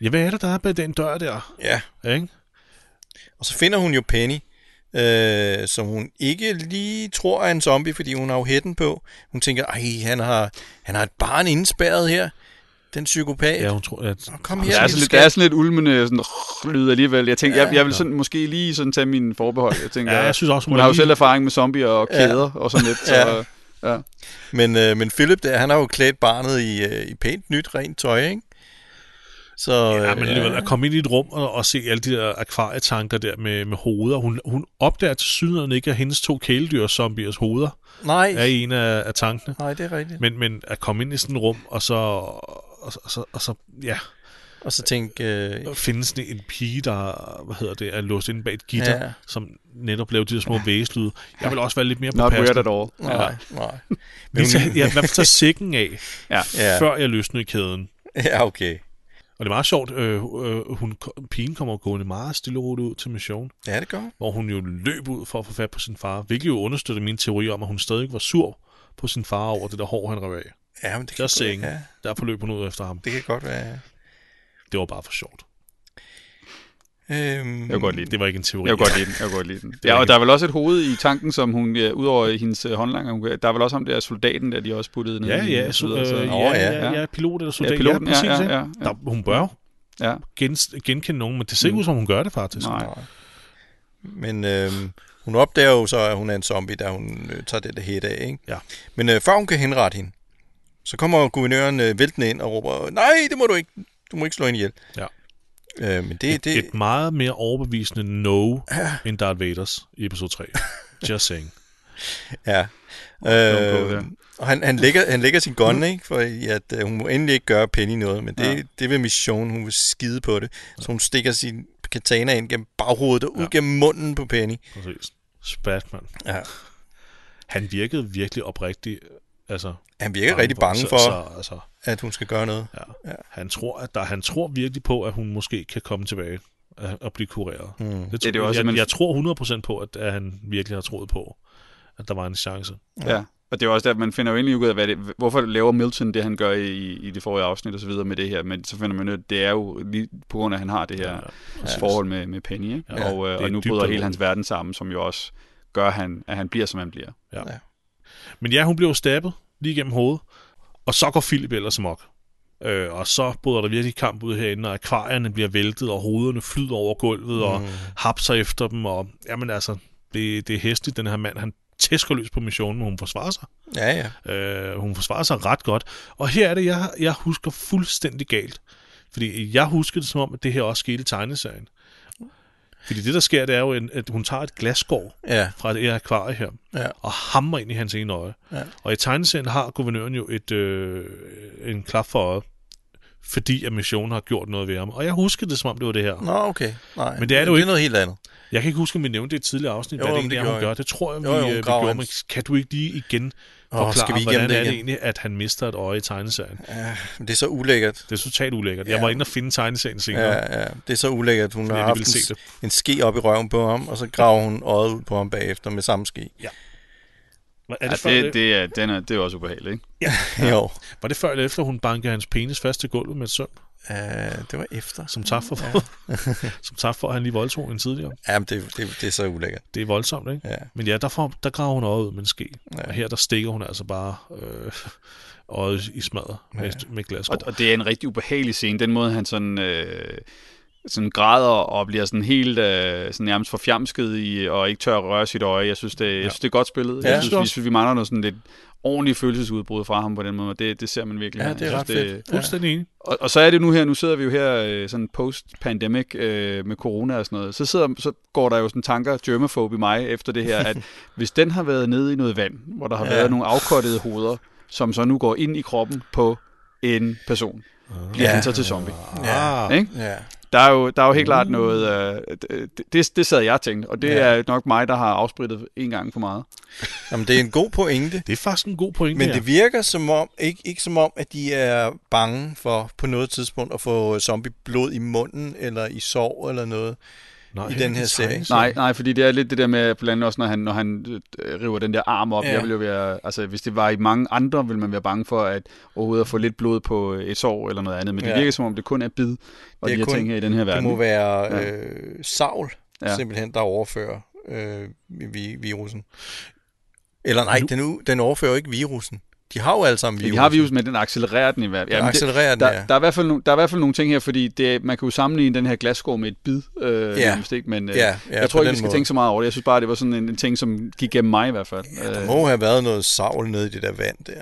Ja, hvad er det, der er bag den dør der? Ja, Ikke? og så finder hun jo Penny, øh, som hun ikke lige tror er en zombie, fordi hun har jo hætten på. Hun tænker, ej, han har, han har et barn indspærret her, den psykopat. Ja, Ja. hun tror, at... Kom Der her, er, lille sådan lidt, skat. der er sådan lidt ulmende sådan, lyd alligevel. Jeg tænker, Ja. jeg, jeg vil sådan, måske lige sådan tage mine forbehold. Jeg tænker, Ja, jeg synes også, hun hun er har jo lige- selv erfaring med zombier og Ja. kæder og sådan lidt. Så, Ja. ja. Men, øh, men Philip der, han har jo klædt barnet i, øh, i pænt nyt, rent tøj, ikke? Så, Ja, øh, men alligevel, at komme ind i et rum og, og se alle de der akvarietanker der med, med hoveder. Hun, hun opdager til syden ikke, at hendes to kæledyr zombiers hoveder nej, er i en af, af tankene. nej, det er rigtigt. Men, men at komme ind i sådan et rum, og så, og, så- og, så, og så, ja, Og så tænke, øh, findes sådan en pige, der, hvad hedder det, er låst inde bag et gitter, Ja. ja. som netop laver de der små væselyde. Jeg vil også være lidt mere på Not weird at passen. all. nej, nej. Vi tager, ja, i hvert fald tager sækken af, Ja. Ja. ja. før jeg løsner i kæden. Ja, okay. Og det er meget sjovt, øh, øh, hun, pigen kommer gående meget stille og roligt ud til mission, Ja, det gør hun. hvor hun jo løb ud for at få fat på sin far, hvilket jo understøtter min teori om, at hun stadig var sur på sin far over det der hår, han rev af. Ja, men det kan, Just godt, saying. ja, Derfor løb hun ud efter ham. det kan godt være. Det var bare for sjovt. Øhm, Jeg kan godt lide Det var ikke en teori. Jeg kan godt lide den. Jeg kan godt lide den. er Ja, og ikke- der er vel også et hoved i tanken, som hun, øh, udover hendes øh, håndlanger, hun, der er vel også ham der soldaten, der de også puttede ned Ja, i, ja, og så, videre, øh, Nå, ja, ja. ja, ja, pilot eller soldat. Ja, piloten, ja, præcis, ja, ikke? ja, ja. Der, hun bør jo ja. Mm. gens, genkende nogen, men det ser ikke ud som, hun gør det faktisk. Nej. Nej. Men øhm, hun opdager jo så, at hun er en zombie, da hun øh, tager det der hæt af. Ikke? Ja. Men øh, før hun kan henrette hende, så kommer guvernøren øh, væltende ind og råber, nej, det må du ikke. Du må ikke slå hende ihjel. Ja. Øh, men det, det, Et meget mere overbevisende no, end Darth Vader's i episode 3. Just saying. Ja. klog Øh, der. og han, han, lægger, han lægger sin gun, ikke? For i at øh, hun må endelig ikke gøre Penny noget, men det, ja. Ja. det vil mission, hun vil skide på det. Så hun stikker sin katana ind gennem baghovedet og ud Ja. gennem munden på Penny. Præcis. Spat, mand. Ja. Han virkede virkelig oprigtig. Altså, Han virker rigtig bange for, Så, så, altså, at hun skal gøre noget. ja. Ja. Han, tror, at der, han tror virkelig på, at hun måske kan komme tilbage og- og blive kureret. Mm. Det, Hmm. tror, er det jo også, at jeg, man- jeg tror 100% på, at, at han virkelig har troet på, at der var en chance. Ja. Og det er jo også der, man finder jo egentlig ud af, hvad det, hvorfor laver Milton det, han gør i, i det forrige afsnit og så videre med det her. Men så finder man ud af, at det er jo lige på grund af, at han har det her ja, forhold med, med Penny. Ikke? Ja. Ja, og, Det øh, er og nu dybt bryder hele alvorligt. hans verden sammen, som jo også gør, han, at han bliver, som han bliver. Ja. Ja. ja. Men ja, hun blev jo stabbet lige gennem hovedet, og så går Philip ellers amok. Øh, og så bryder der virkelig kamp ud herinde, og akvarierne bliver væltet, og hovederne flyder over gulvet, og hapser efter dem, og jamen altså, det, det er hæstigt, den her mand, han tæsker løs på missionen, men hun forsvarer sig. Ja, ja. Øh, hun forsvarer sig ret godt. Og her er det, jeg, jeg husker fuldstændig galt. Fordi jeg husker det som om, at det her også skete i tegneserien. Fordi det, der sker, det er jo, en, at hun tager et glasgård Ja, fra det her akvarie her, ja. og hammer ind i hans ene øje. Ja. Og i tegneserien har guvernøren jo et, øh, en klap for øjet, fordi at missionen har gjort noget ved ham. Og jeg husker det, som om det var det her. Nå, okay. Nej, Men det er det jo det ikke. er noget helt andet. Jeg kan ikke huske, om vi nævnte det i et tidligere afsnit, Jo, jo, hvad det men egentlig er, det hun gjorde gør. jeg. Det tror jeg, vi, Jo, jo, hun øh, vi graver gjorde. Men hans- kan du ikke lige igen forklare, skal vi igennem hvordan det er det igen? egentlig, at han mister et øje i tegneserien? Det er så ulækkert. Det er totalt ulækkert. Ja. Jeg Ja. var inde og finde tegneserien senere. Ja. Ja, ja. Det er så ulækkert, hun jeg har lige haft ville en, se det. en ske op i røven på ham, og så graver hun øjet ud på ham bagefter med samme ske. Var, er Ja, det før, det, Altså, det, det... det, er, den er, det er også ubehageligt. Ikke? Jo. var det før eller efter, hun bankede hans penis fast til gulvet med et søm, Uh, det var efter. som tak for, som tak for at han lige voldtog en tidligere? Jamen, det, det, det er så ulækkert. Det er voldsomt, ikke? Ja. Men ja, der, får, der graver hun øjet ud med en ske. Ja. Ja. Og her, der stikker hun altså bare øh, øjet i smadret med, ja. med Og, glasgård. og det er en rigtig ubehagelig scene. Den måde, han sådan, øh, sådan græder og bliver sådan helt øh, sådan nærmest forfjamsket i, og ikke tør at røre sit øje. Jeg synes, det, jeg synes, det er godt spillet. Ja. Jeg, synes, Ja. vi, synes, vi mangler noget sådan lidt ordentligt følelsesudbrud fra ham på den måde, og det, det ser man virkelig. Ja, her. det er Jeg ret synes, fedt. Fuldstændig enig. Og, og så er det nu her, nu sidder vi jo her øh, sådan post-pandemic øh, med corona og sådan noget, så, sidder, så går der jo sådan tanker, germaphobe i mig efter det her, at hvis den har været nede i noget vand, hvor der har ja. været nogle afkottede hoveder, som så nu går ind i kroppen på en person, bliver Ja. Ah. ja. han så til zombie. Ah. Ja. Ikke? Ja. Der er jo, der er jo helt klart noget, øh, det- det, det sad jeg og tænkte, og det Ja. ja. er nok mig, der har afsprittet en gang for meget. Jamen, det er en god pointe. Det er faktisk en god pointe Men her. det virker som om, ikke, ikke som om, at de er bange for på noget tidspunkt at få zombieblod i munden, eller i sår, eller noget. Nej, i den her det er serie. tegneserien. Nej, nej, fordi det er lidt det der med, blandt andet også, når han, når han øh, river den der arm op. Ja. Ja. Jeg ville jo være, altså, hvis det var i mange andre, ville man være bange for at overhovedet at få lidt blod på et sår eller noget andet. Men det Ja. virker som om, det kun er bid og Det er de her kun- ting her i den her Det verden. må ikke? være Ja. øh, savl, ja. Ja. simpelthen, der overfører øh, vi, virusen. Eller nej, Nu- den, u- den overfører jo ikke virussen. De har jo alle sammen virusen. Vi har virus, men den accelererer den i hvert Den men det- accelererer den, ja. der, der, er i hvert fald no, der er i hvert fald nogle ting her, fordi det, man kan jo sammenligne den her glasskår med et bid, øh, Ja. nærmest, ikke? men øh, Ja, ja, jeg på tror ikke, den vi skal måde. tænke så meget over det. Jeg synes bare, det var sådan en, en ting, som gik gennem mig i hvert fald. Øh, Ja, Der må have været noget savl nede i det der vand der. Nu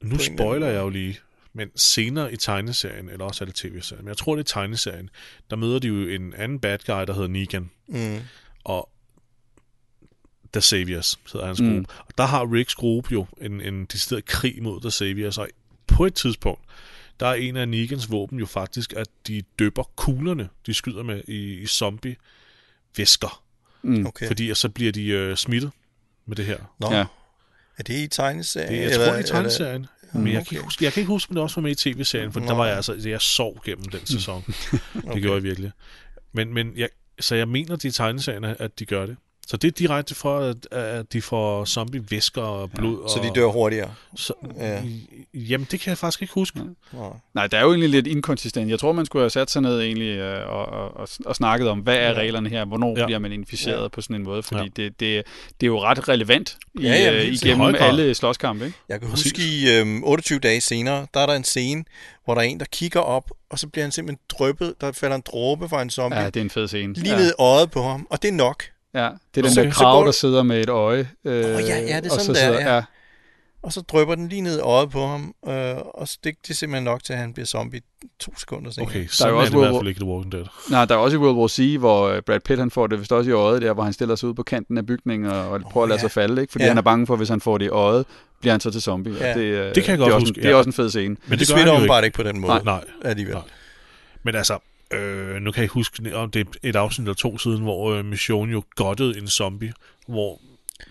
eller anden spoiler måde. jeg jo lige, men senere i tegneserien, eller også er det tv-serien, men jeg tror, det er tegneserien, der møder de jo en anden bad guy, der hedder Negan, Mm. og The Saviors hedder hans Mm. mm. gruppe. Og der har Ricks gruppe jo en, en decideret krig mod The Saviors, og på et tidspunkt, der er en af Negans våben jo faktisk, at de døber kuglerne, de skyder med i, i zombie-væsker, Okay. mm. Fordi, fordi at så bliver de øh, smittet med det her. Nå, ja. Ja. er det i tegneserien? Det, jeg eller- tror, det er tegneserien. Men jeg, kan okay. ikke huske, jeg kan ikke huske, om det også var med i tv-serien, for Nå. der var jeg altså, jeg sov gennem den sæson. okay. Det gjorde jeg virkelig. Men, men jeg, så jeg mener, det er i tegneserien, at- at de gør det. Så det er direkte fra, at, at de får zombie-væsker og blod. eller- Så og, de dør hurtigere? Så, Ja. ja. Jamen, det kan jeg faktisk ikke huske. Nå. Nej, der er jo egentlig lidt inkonsistent. Jeg tror, man skulle have sat sig ned egentlig øh, og, og, og, og snakket om, hvad er reglerne her? Hvornår Ja. ja. bliver man inficeret Ja. ja. på sådan en måde? Fordi Ja. ja. det, det, det er jo ret relevant i, Ja, ja, ja, ja, helt sikkert. igennem Høj grad. alle slåskampe. Ikke? Jeg kan Præcis. huske i øhm, 28 dage senere, der er der en scene, hvor der er en, der kigger op, og så bliver han simpelthen drøbet. Der falder en dråbe fra en zombie Ja, ja, det er en fed scene. lige ja. ned i øjet på ham, og det er nok. ja. Det er den Så- der så går krav, der det- sidder med et øje. Øh, oh, ja, ja, det er sådan og så der, sidder, ja. ja. Og så drøber den lige ned i øjet på ham, øh, og så det, det er simpelthen nok til, at han bliver zombie to sekunder senere. Okay, så er, også det i hvert hvor- fald ikke The Walking Dead. Nej, der er også i World War C, hvor øh, Brad Pitt han får det vist også i øjet der, hvor han stiller sig ud på kanten af bygningen og, og prøver at lade ja. sig falde, ikke? fordi Ja. han er bange for, at hvis han får det i øjet, bliver han så til zombie. Ja. Og det, øh, Det kan jeg godt det er også, huske, En, det er ja. også en fed scene. Men Men det, det gør han smitter jo ikke. åbenbart ikke. ikke på den måde Nej. alligevel. Men altså, Øh, nu kan jeg ikke huske, om det er et afsnit eller to siden, hvor øh, Mission jo gottede en zombie, hvor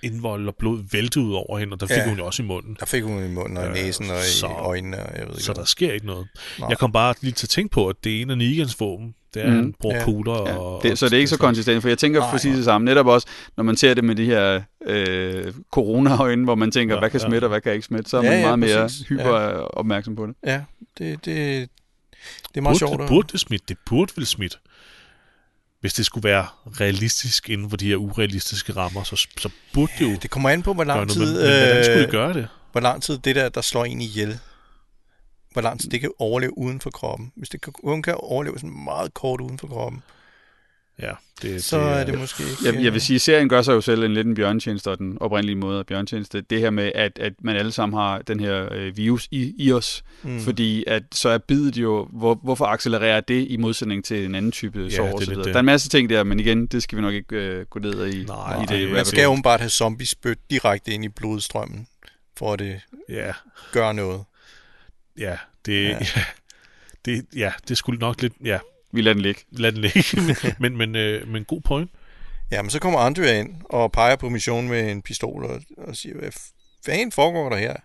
indvold og blod væltede ud over hende, og der fik Ja. hun jo også i munden. Der fik hun i munden og i Øh, næsen og i så- øjnene, og jeg ved ikke Så hvad. der sker ikke noget. Nej. Jeg kom bare lige til at tænke på, at det er en af Negans våben. Det er, Mm. mm. han bruger Ja. kugler og... Ja, og det, så det er ikke så konsistent, for jeg tænker Nej. præcis det samme. Netop også, når man ser det med de her øh, corona-øjne, hvor man tænker, Ja, hvad kan ja. smitte og hvad kan ikke smitte, så er Ja, man ja, meget mere præcis. hyper opmærksom på det. Ja, det, det, det er meget burde, sjovt. at- Det burde det smitte. Det burde vel smitte. Hvis det skulle være realistisk inden for de her urealistiske rammer, så, så burde det jo Det kommer an på, hvor gøre lang, noget. Men, tid, men hvordan skulle det øh, gøre det? hvor lang tid det der, der slår en ihjel, hvor lang tid det kan overleve uden for kroppen. Hvis det kan- kun kan overleve sådan meget kort uden for kroppen, Ja, det, så er det måske ikke... Jeg, jeg øh, vil sige, at serien gør sig jo selv en lidt en bjørntjeneste, og den oprindelige måde af bjørntjeneste. Det her med, at, at man alle sammen har den her øh, virus i, i os, mm. fordi at så er bidet jo, hvor, hvorfor accelererer det i modsætning til en anden type ja, det sår er og så lidt videre. det. Der er en masse ting der, men igen, det skal vi nok ikke øh, gå ned i, Nej, i nej. Man Man det rabbit skal jo altså- hole. åbenbart have zombiespyt direkte ind i blodstrømmen, for at det Ja, gør noget. ja, det, ja. Ja. det, ja, det skulle nok lidt... Ja, Vi lader den ligge. lad den ligge. men, men, øh, men god point. Jamen, så kommer Andrea ind og peger på missionen med en pistol og, og siger, hvad fanden foregår der her?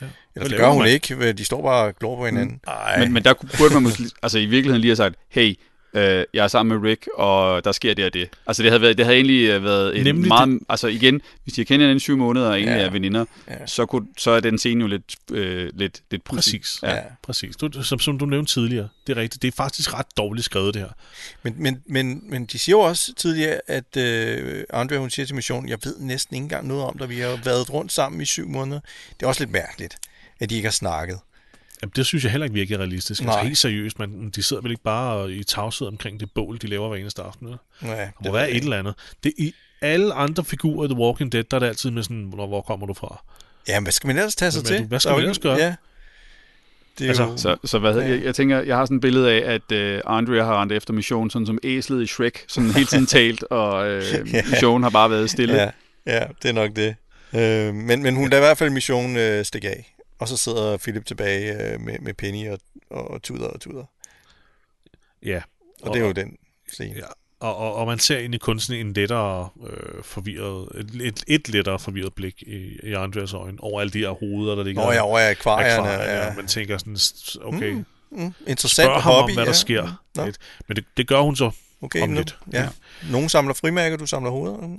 Ja. Eller det laver gør hun man? Mm. ikke, vel, de står bare og glor på hinanden. Nej, Men, men der kunne- burde man måske, altså i virkeligheden lige have sagt, hey, øh, jeg er sammen med Rick, og der sker det og det. Altså det havde, været, det havde egentlig øh, været en Nemlig Nemlig meget, det. altså igen, hvis de har kendt hinanden i syv måneder og egentlig Ja. er veninder, Ja. ja. så, kunne, så er den scene jo lidt, øh, lidt, lidt pudsig. Præcis. Ja. Ja. Præcis. Du, som, som du nævnte tidligere. Det er rigtigt. Det er faktisk ret dårligt skrevet, det her. Men, men, men, men de siger jo også tidligere, at øh, Andrea, hun siger til missionen, jeg ved næsten ikke engang noget om dig, vi har jo været rundt sammen i syv måneder. Det er også lidt mærkeligt, at de ikke har snakket. Jamen, det synes jeg heller ikke virker realistisk. Nej. Altså Nej. helt seriøst, man, de sidder vel ikke bare og- i tavshed omkring det bål, de laver hver eneste aften. Eller? Ja, det Der må være et eller andet. Det, I alle andre figurer i The Walking Dead, der er det altid med sådan, "Nå, hvor kommer du fra? Ja, men hvad skal man ellers tage sig Hvem er til? du? Hvad skal Der er man jo ellers ikke- gøre? Ja. Det er altså, Altså, jo... Så, så hvad, Ja. jeg, jeg tænker, jeg har sådan et billede af, at øh, Andrea har rendt efter Mission, sådan som æslet i Shrek, sådan hele tiden talt, og øh, Ja. Mission har bare været stille. Ja, ja, det er nok det. Øh, men, men hun lader i hvert fald missionen øh, stikke af. Og så sidder Philip tilbage øh, med, med Penny og, og tuder og tuder. Ja. Og det er jo den scene. Ja. Og, og, og man ser egentlig kun sådan en lettere øh, forvirret, et, et, et lettere forvirret blik i, i Andreas øjne over alle de her hoveder, der ligger Nå ja, over i og akvarierne. akvarierne, Ja. og man tænker sådan, s- okay, mm, Mm, interessant spørg ham hobby. om, hvad ja. der sker. Nå. Lidt. Men det, det gør hun så. Okay, Om nu, lidt. Ja. Nogen samler frimærker, du samler hoveder. Mm,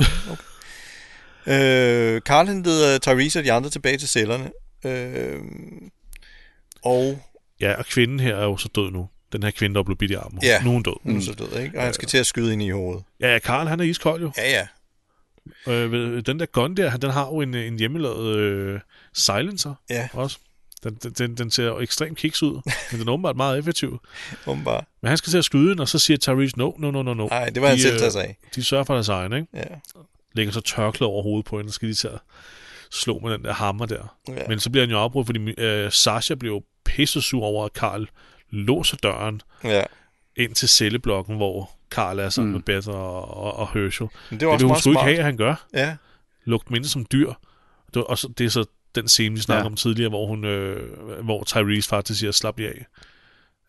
Okay. øh, Carl han leder Tyrese og de andre tilbage til cellerne. Øh, og Ja, og kvinden her er jo så død nu. Den her kvinde, der blev bidt i armen. Ja. Mm. Nu er hun død. nu er hun så død, ikke? Og han skal til at skyde ind i hovedet. Ja, ja, Karl, han er iskold jo. Ja, ja. Øh, ved- den der gun der, han- den har jo en, en hjemmelavet øh, silencer Ja, også. Den, den- den, den ser jo ekstremt kiks ud, men den er åbenbart meget effektiv. åbenbart. Men han skal til at skyde den, og så siger Tyrese, no, no, no, no, no. Nej, det var han De, selv øh, tager sig af. De sørger for deres egen, ikke? Ja. Lægger så tørklæde over hovedet på hende, og skal de til at slå med den der hammer der. Ja. Men så bliver han jo afbrudt, fordi øh, Sasha bliver jo pisse sur over, at Karl låser døren ja. ind til celleblokken, hvor Karl er sammen Mm. med Beth og, og, og Herschel. Men Det, var det også vil hun meget sgu ikke smart. have, at han gør. Ja, lugt mindre som dyr. Det, og så, det er så den scene, vi snakkede ja. Ja. om tidligere, hvor, hun, øh, hvor Tyrese faktisk siger, slap lige af,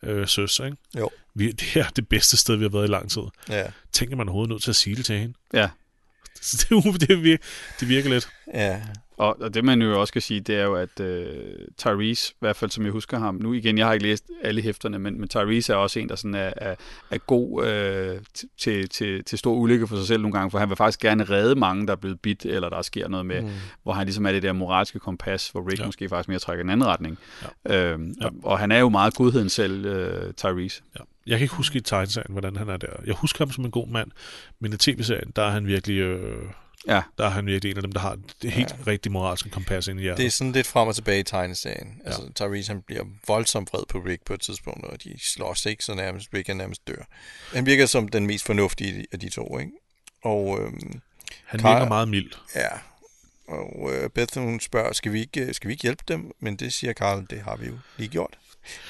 øh, søs, ikke? Jo. Vi, det her er det bedste sted, vi har været i lang tid. ja, Tænker man overhovedet nødt til at sige det til hende? Ja. Så det, er jo- det, virker, det virker lidt. ja. Og, og det man jo også kan sige, det er jo, at øh, Tyrese, i hvert fald som jeg husker ham, nu igen, jeg har ikke læst alle hæfterne, men, men Tyrese er også en, der sådan er, er, er god øh, t- til, til, til stor ulykke for sig selv nogle gange, for han vil faktisk gerne redde mange, der er blevet bidt, eller der sker noget med, mm. hvor han ligesom er det der moralske kompas, hvor Rick Ja. ja. måske faktisk mere trækker i en anden retning. Ja. Øhm, ja. Og, og han er jo meget godheden selv, øh, Tyrese. Ja. Jeg kan ikke huske i tegneserien, hvordan han er der. Jeg husker ham som en god mand, men i tv-serien, der er han virkelig... Øh, Ja, der er han virkelig en af dem, der har det helt ja. rigtige moralske kompas ind i hjertet. Det er sådan lidt frem og tilbage i tegneserien. Altså, Tyrese han bliver voldsomt vred på Rick på et tidspunkt, og de slås ikke, så nærmest Rick er nærmest dør. Han virker som den mest fornuftige af de to, ikke? Og øhm, han Karl- virker meget mild. ja, og øh, Beth hun spørger, skal vi, ikke, øh, skal vi ikke hjælpe dem? Men det siger Karl, det har vi jo lige gjort.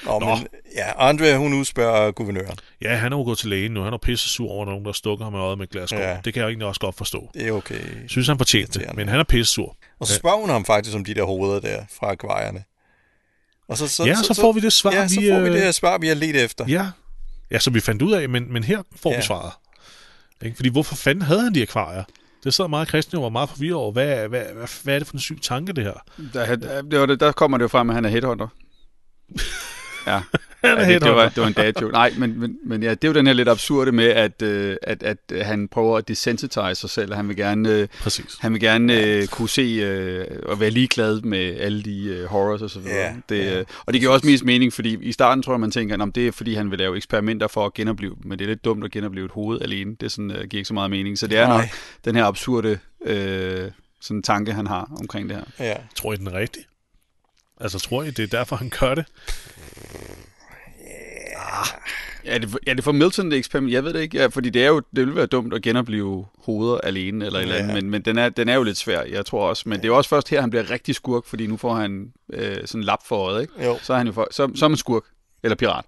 Nå, Nå. Men, ja, Andrea hun udspørger guvernøren. Ja, han er jo gået til lægen nu. Han er pisse sur over at nogen, der stukker ham i øjet med et glas ja. Ja. Det kan jeg egentlig også godt forstå. Det er okay. Jeg synes, han fortjente det, Irriterende. men han er pisse sur. Og så spørger hun ham faktisk om de der hoveder der fra akvarierne. Og så, så, Ja, så får vi det svar, ja, så vi, får vi øh, det her svar, vi har let efter. Ja, Ja, som vi fandt ud af, men, men her får ja. Ja. vi svaret. Ikke? Fordi hvorfor fanden havde han de akvarier? Det sad meget Christian og var meget forvirret over, hvad, hvad, hvad, hvad er det for en syg tanke, det her? Der, der, der, der kommer det jo frem, at han er headhunter. Ja, Han er ja det, det, var, headhunter. det var en dad joke. Nej, men, men, men ja, det er jo den her lidt absurde med, at, øh, at, at øh, han prøver at desensitize sig selv, og han vil gerne, øh, Præcis. han vil gerne øh, kunne se øh, og være ligeglad med alle de øh, horrors og så videre. Ja, det, øh, og det giver også mest mening, fordi i starten tror jeg, man tænker, at det er fordi, han vil lave eksperimenter for at genopleve, dem," men det er lidt dumt at genopleve et hoved alene. Det er sådan, øh, giver ikke så meget mening. Så det er Nej. nok den her absurde øh, sådan tanke, han har omkring det her. Ja. Tror I den er rigtig? Altså, tror I, det er derfor, han gør det? Er det, for- er det for Milton det eksperiment? Jeg ved det ikke, ja, fordi det, er jo, det ville være dumt at genopleve hoveder alene eller et eller andet, Ja. men, men den, er, den er jo lidt svær, jeg tror også. Men det er jo også først her, han bliver rigtig skurk, fordi nu får han øh, sådan en lap for øjet, ikke? Jo. Så er han jo for, så, så er man skurk, eller pirat.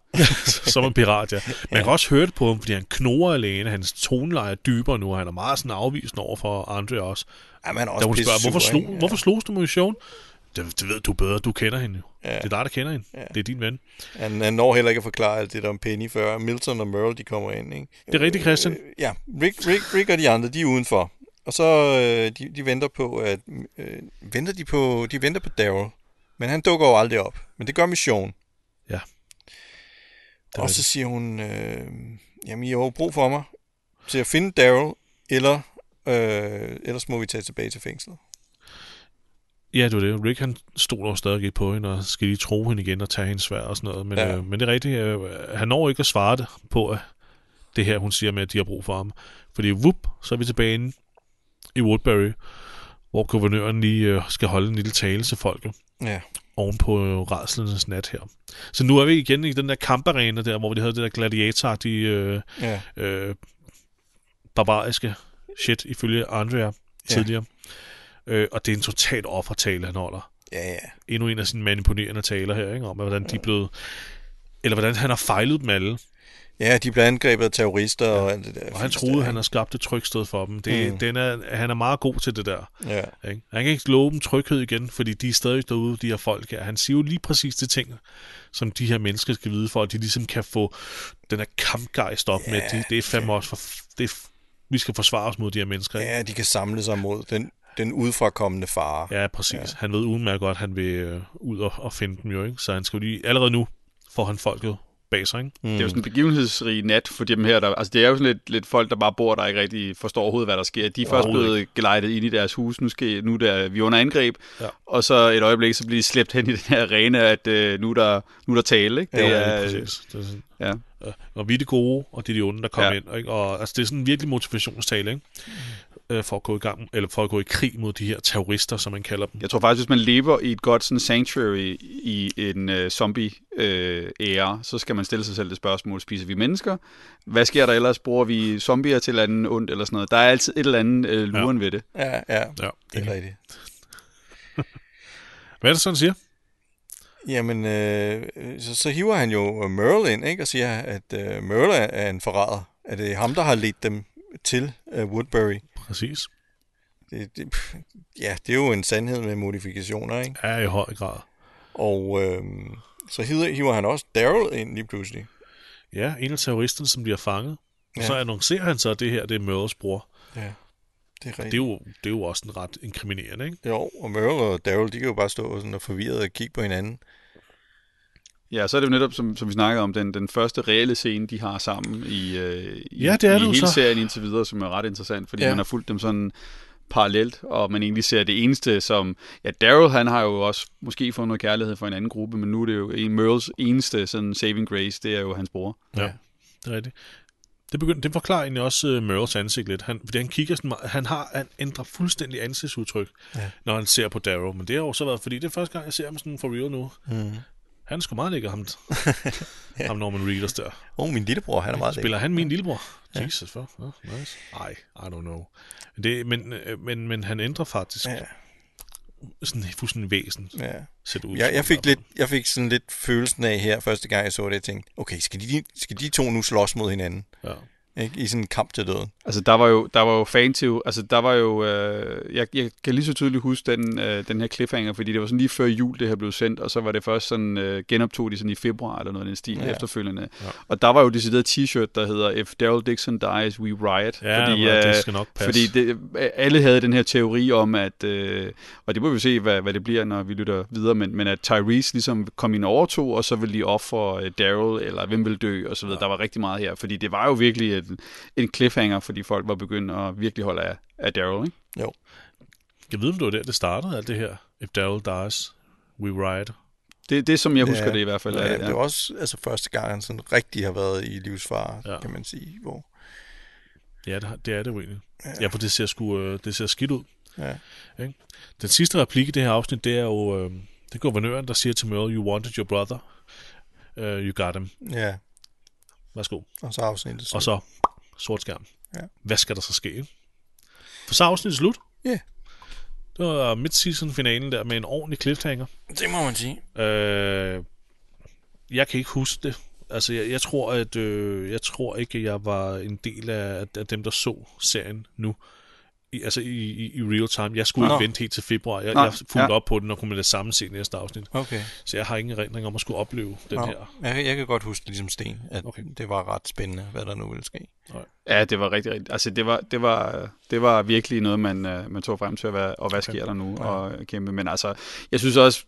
som en pirat, ja. Man kan også høre det på ham, fordi han knorer alene. Hans toneleje er dybere nu, og han er meget sådan afvisende over for Andre også. Jamen, han er Da også hun pisse spørger, hvorfor, sur, slog, ikke? hvorfor slogs du mod Sean? Det, det ved du bedre, du kender hende jo. Ja. Det er dig, der kender hende. Ja. Det er din ven. Han, han når heller ikke at forklare alt det der om Penny, før Milton og Merle, de kommer ind, ikke? Det er rigtigt, Christian. Øh, ja, Rick, Rick, Rick og de andre, de er udenfor. Og så øh, de, de venter på, at... Øh, venter de på... De venter på Daryl. Men han dukker jo aldrig op. Men det gør Mission. Ja. er Og så siger hun, øh, jamen, I har jo brug for mig til at finde Daryl, eller, øh, ellers må vi tage tilbage til fængslet. Ja, det var det. Rick, han stoler jo stadig ikke på hende, og skal lige tro hende igen og tage hendes svær og sådan noget. Men, Ja. ja. øh, men det er rigtigt, øh, han når ikke at svare det på at det her, hun siger med, at de har brug for ham. Fordi whoop, så er vi tilbage inde i Woodbury, hvor guvernøren lige øh, skal holde en lille tale til folket Ja. oven på øh, rædslernes nat her. Så nu er vi igen i den der kamparena der, hvor de havde det der gladiator, de øh, Ja. øh, barbariske shit, ifølge Andrea tidligere. Øh, og det er en total offertale, han holder Ja, ja. endnu en af sine manipulerende taler her, ikke? om hvordan de er blevet, eller hvordan han har fejlet dem alle, Ja, de bliver angrebet af terrorister ja. og alt det der. og han fisk troede, der, han har skabt et trygsted for dem. Det, Mm. mm. den er, han er meget god til det der. ikke? Ja. Ikke? Han kan ikke love dem tryghed igen, fordi de er stadig derude, de her folk her. Han siger jo lige præcis de ting, som de her mennesker skal vide, for at de ligesom kan få den her kampgejst op yeah. med. De, det er fandme også for... Det er, vi skal forsvare os mod de her mennesker. Ikke? Ja, de kan samle sig mod den, den udefrakommende fare. Ja, præcis. Ja. Han ved udmærket godt, at han vil øh, ud og, og finde dem jo, ikke? Så han skal jo lige... Allerede nu får han folket bag sig, ikke? Det er jo sådan en begivenhedsrig nat for dem her. Der, altså, det er jo sådan lidt, lidt folk, der bare bor der og ikke rigtig forstår overhovedet, hvad der sker. De er først Overhovedet blevet gelejtet ind i deres hus. Nu, skal, nu der, vi er under angreb. Ja. Og så et øjeblik, så bliver de slæbt hen i den her arena, at øh, nu, er der, nu er der tale. Ikke? Ja, Det ja, er, præcis. Det er sådan, ja. øh, og vi er det gode, og det er de onde, der kommer Ja. ja. ind. Ikke? Og altså, det er sådan en virkelig motivationstale, ikke? Øh, for at gå i gang, eller for at gå i krig mod de her terrorister, som man kalder dem. Jeg tror faktisk, hvis man lever i et godt sådan sanctuary i en øh, zombie-æra, så skal man stille sig selv det spørgsmål, spiser vi mennesker? Hvad sker der ellers? Bruger vi zombier til et eller andet ondt eller sådan noget? Der er altid et eller andet øh, luren ja. ved det. Ja, ja, Ja. det er rigtigt. Hvad er det så, han siger? Jamen, øh, så, så hiver han jo øh, Merle ind, ikke? Og siger, at øh, Merle er- er en forræder. At det er ham, der har ledt dem til øh, Woodbury. Præcis. Det, det, pff, ja, det er jo en sandhed med modifikationer, ikke? Er i høj grad. Og øh, så hiver, hiver han også Daryl ind lige pludselig. Ja, en af terroristerne, som bliver fanget. Ja. Ja. Så annoncerer han så, at det her det er Mørles bror. Ja, det er Det er, rigtigt. jo, det er jo også en ret inkriminerende, ikke? Jo, og Merle og Daryl, de kan jo bare stå sådan og forvirret og kigge på hinanden. Ja, så er det jo netop, som, som vi snakkede om, den, den første reelle scene, de har sammen i, øh, i, Ja, det er i det jo hele så. serien indtil videre, som er ret interessant, fordi Ja. ja. man har fulgt dem sådan parallelt, og man egentlig ser det eneste som... Ja, Daryl, han har jo også måske fået noget kærlighed for en anden gruppe, men nu er det jo en Merles eneste sådan saving grace, det er jo hans bror. Ja, Ja. ja. det er rigtigt. Det, begynder, det forklarer egentlig også uh, Merles ansigt lidt. Han, fordi han kigger sådan meget, han, har, han ændrer fuldstændig ansigtsudtryk, Ja. ja. når han ser på Darrow. Men det har jo så været, fordi det er første gang, jeg ser ham sådan for real nu. Mm. Han er sgu meget lækker, ham, ja. ham Norman Reedus der. Åh, oh, min lillebror, han er meget lækker. Spiller han min lillebror? Ja. Jesus, for. Ja, nice. Ej, I don't know. Det, men, øh, men, men han ændrer faktisk ja. Ja, sådan fuldstændig væsen. Ja. ja. Sæt ud, Jeg, jeg, fik lidt, jeg fik sådan lidt følelsen af her, første gang jeg så det, jeg tænkte, okay, skal de, skal de to nu slås mod hinanden? Ja. Ikke? I sådan en kamp til døden. Altså, der var jo, der var jo fan-tv, altså, der var jo, øh, jeg, jeg kan lige så tydeligt huske den, øh, den her cliffhanger, fordi det var sådan lige før jul, det her blev sendt, og så var det først sådan, øh, genoptog de sådan i februar eller noget af den stil Ja. ja. efterfølgende. Ja. Og der var jo decideret t-shirt, der hedder, If Daryl Dixon dies, we riot. Ja, fordi, øh, det skal nok passe. fordi det, alle havde den her teori om, at, øh, og det må vi se, hvad, hvad det bliver, når vi lytter videre, men, men at Tyrese ligesom kom ind og overtog, og så ville de ofre øh, Daryl, eller hvem vil dø, og så videre. Der var rigtig meget her, fordi det var jo virkelig et, en cliffhanger, fordi folk var begyndt at virkelig holde af, af Daryl, ikke? Jeg ved, om det var der, det startede, alt det her. If Daryl dies, we ride. Det, det er som jeg Ja. husker det i hvert fald. Ja, Ja, det er også altså, første gang, han sådan rigtig har været i livsfare, Ja. ja. kan man sige. Hvor, Ja, det, har- det er det jo egentlig. Ja, ja for det ser, sgu, øh, det ser skidt ud. ja. Den sidste replik i det her afsnit, det er jo, øh, det er guvernøren, der siger til Merle, you wanted your brother, uh, you got him. ja, Værsgo. og så afsnittet. slut. Og så sort skærm. Ja. Hvad skal der så ske? ikke? For så er afsnittet slut. Ja. Det var midseason-finalen der med en ordentlig cliffhanger. Det må man sige. Øh, jeg kan ikke huske det. Altså, jeg, jeg tror, at øh, jeg tror ikke, at jeg var en del af, af dem, der så serien nu. I, altså i, i, i real time. Jeg skulle Nå. ikke vente helt til februar. Jeg, Nå, jeg fulgte ja. op på den og kunne med det samme se næste afsnit. Okay. Så jeg har ingen erindring om at skulle opleve den Nå, her. jeg, jeg kan godt huske det ligesom Sten, at Okay. okay. det var ret spændende, hvad der nu ville ske. ja, det var rigtig, rigtig altså det var, det var, det var virkelig noget, man, øh, man tog frem til, at være, og hvad sker der nu, Ja. og kæmpe, men altså, jeg synes også,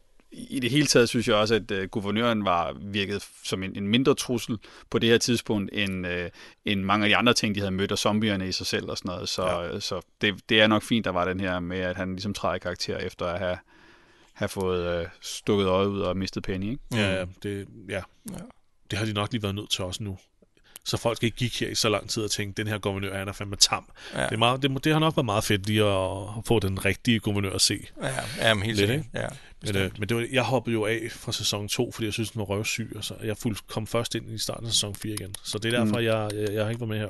i det hele taget synes jeg også, at øh, guvernøren var virket som en, en mindre trussel på det her tidspunkt, end, øh, end mange af de andre ting, de havde mødt, og zombierne i sig selv og sådan noget. Så, ja. så det, det er nok fint, der var den her med, at han ligesom træder i karakter efter at have, have fået øh, stukket øjet ud og mistet Penny. Ikke? Mm. Ja, det, ja. Ja. det har de nok lige været nødt til også nu. Så folk ikke gik her i så lang tid og tænkte, den her guvernør, han er fandme tam. Ja. Det, er meget, det, må- det har nok været meget fedt lige at, at få den rigtige guvernør at se. Ja, ja men helt Lidt, sikkert. Ja. Men, øh, men det var, jeg hoppede jo af fra sæson 2, fordi jeg synes, den var røvsyg, og så jeg fuld, kom først ind i starten af sæson 4 igen. Så det er derfor, mm. jeg, jeg, jeg har ikke været med her.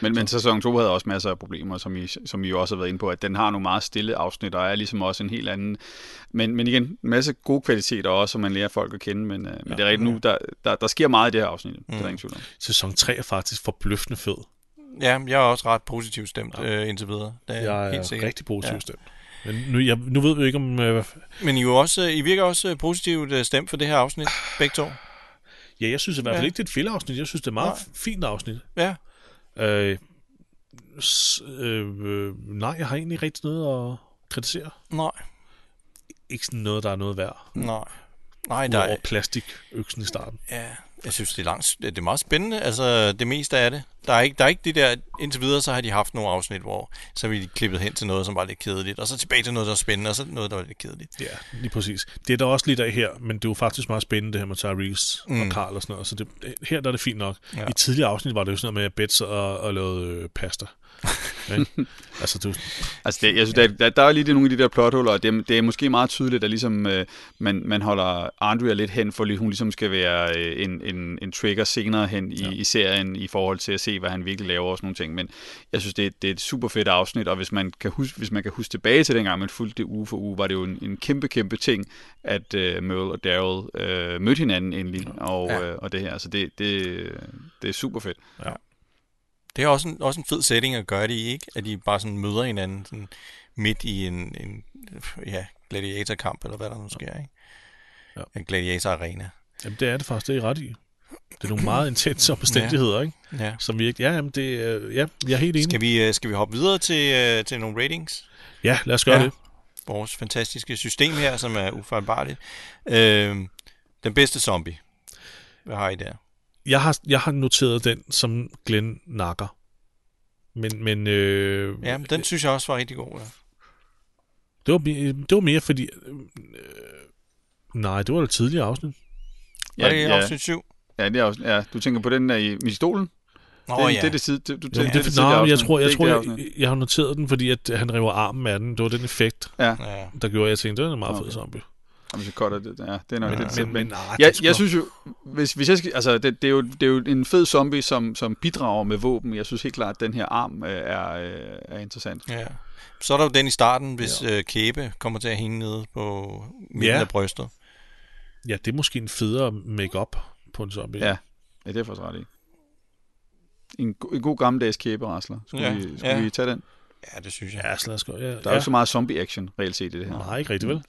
Men, men sæson 2 havde også masser af problemer, som I, som I jo også har været inde på, at den har nogle meget stille afsnit, og er ligesom også en helt anden... Men, men igen, en masse gode kvaliteter også, som man lærer folk at kende, men, øh, men det er rigtigt nu, der, der, der sker meget i det her afsnit, mm. det er der ingen tvivl om. Sæson 3 er faktisk forbløffende fed. ja, men jeg er også ret positivt stemt ja. øh, indtil videre. Det er Jeg er jeg helt sikkert. rigtig positiv ja. Ja. stemt. Men nu, jeg, nu ved vi jo ikke, om... Øh, Men I, er jo også, I virker også øh, positivt øh, stemt for det her afsnit, begge to. ja, jeg synes i hvert fald Ja. ja. ikke, det er et fældeafsnit. Jeg synes, det er et meget Nej. fint afsnit. Ja, Øh, s- øh, øh, nej, jeg har egentlig ikke rigtig noget at kritisere. nej, Ikke sådan noget, der er noget værd. nej. Nej, der Udover er, plastikøksen i starten. ja, jeg synes, det er, langt, det er meget spændende. Altså, det meste af det. Der er, ikke, der er ikke det der... Indtil videre, så har de haft nogle afsnit, hvor så vi klippet hen til noget, som var lidt kedeligt, og så tilbage til noget, der var spændende, og så noget, der var lidt kedeligt. Ja, lige præcis. Det er der også lidt af her, men det er jo faktisk meget spændende, det her med Tyrese mm. og Carl og sådan noget. Så det, her der er det fint nok. Ja. Ja. I tidligere afsnit var det jo sådan noget med, at Bets og, og lavede øh, pasta. Ikke? altså, du, Altså, det, jeg synes, der, der, der er lige det, nogle af de der plothuller, og det, er- det er måske meget tydeligt, at ligesom, øh, man, man holder Andrea lidt hen, for lige- hun ligesom skal være øh, en, en, en trigger senere hen i, ja. i serien, i forhold til at se, hvad han virkelig laver og sådan nogle ting. Men jeg synes, det, er- det er et super fedt afsnit, og hvis man kan huske, hvis man kan huske tilbage til dengang, man fulgte det uge for uge, var det jo en, en kæmpe, kæmpe ting, at øh, Merle og Daryl øh, mødte hinanden endelig, og, Ja. øh, og det her. Så det, det, det er super fedt. Det er også en, også en fed setting at gøre det i, ikke? At de bare sådan møder hinanden sådan midt i en, en ja, gladiatorkamp, eller hvad der nu sker, ikke? Ja. Ja. En gladiatorarena. jamen, det er det faktisk, det er I ret i. Det er nogle meget intense omstændigheder, ikke? Ja. Som vi ikke... Ja, jamen, det, øh, ja, jeg er helt enig. Skal vi, øh, skal vi hoppe videre til, øh, til nogle ratings? Ja, lad os gøre ja. Ja. det. Vores fantastiske system her, som er ufejlbarligt. Øh, den bedste zombie. Hvad har I der? Jeg har, jeg har noteret den, som Glenn nakker. Men, men øh, Ja, men den synes jeg også var rigtig god. Ja. Det var, mere- det var mere fordi... Øh, nej, det var det tidligere afsnit. Var det afsnit 7? Ja, det er afsnit, ja, du tænker på den der i, i stolen? Nå det, ja. det er det tid, du, du, Jo, det, det, er det nej, tidligere jeg afsnit. tror, Det er jeg, ikke tror det jeg, afsnit. jeg, har noteret den, fordi at han river armen af den. Det var den effekt, Ja, Ja. der gjorde, at jeg tænkte, det var en meget okay. fed Okay. zombie. jamen, så cutter det. Ja, det er nok Men- lidt tid, men, nej, jeg, jeg synes jo, hvis, hvis jeg skal, altså det, det, er jo, det er jo en fed zombie, som, som bidrager med våben. Jeg synes helt klart, at den her arm øh, er, øh, er interessant. Ja. Så er der jo den i starten, hvis ja. øh, kæbe kommer til at hænge nede på midten Ja. ja. af brystet. Ja, det er måske en federe make-up på en zombie. Ja. Ja, det er faktisk ret i. en, go- en god gammeldags kæberasler. Skulle, Ja, ja, vi, skulle ja. vi tage den? Ja, det synes jeg. Ja, så lad os gå. Ja, der Der er jo ikke så meget zombie-action reelt set i det her. Nej, ikke rigtigt vel.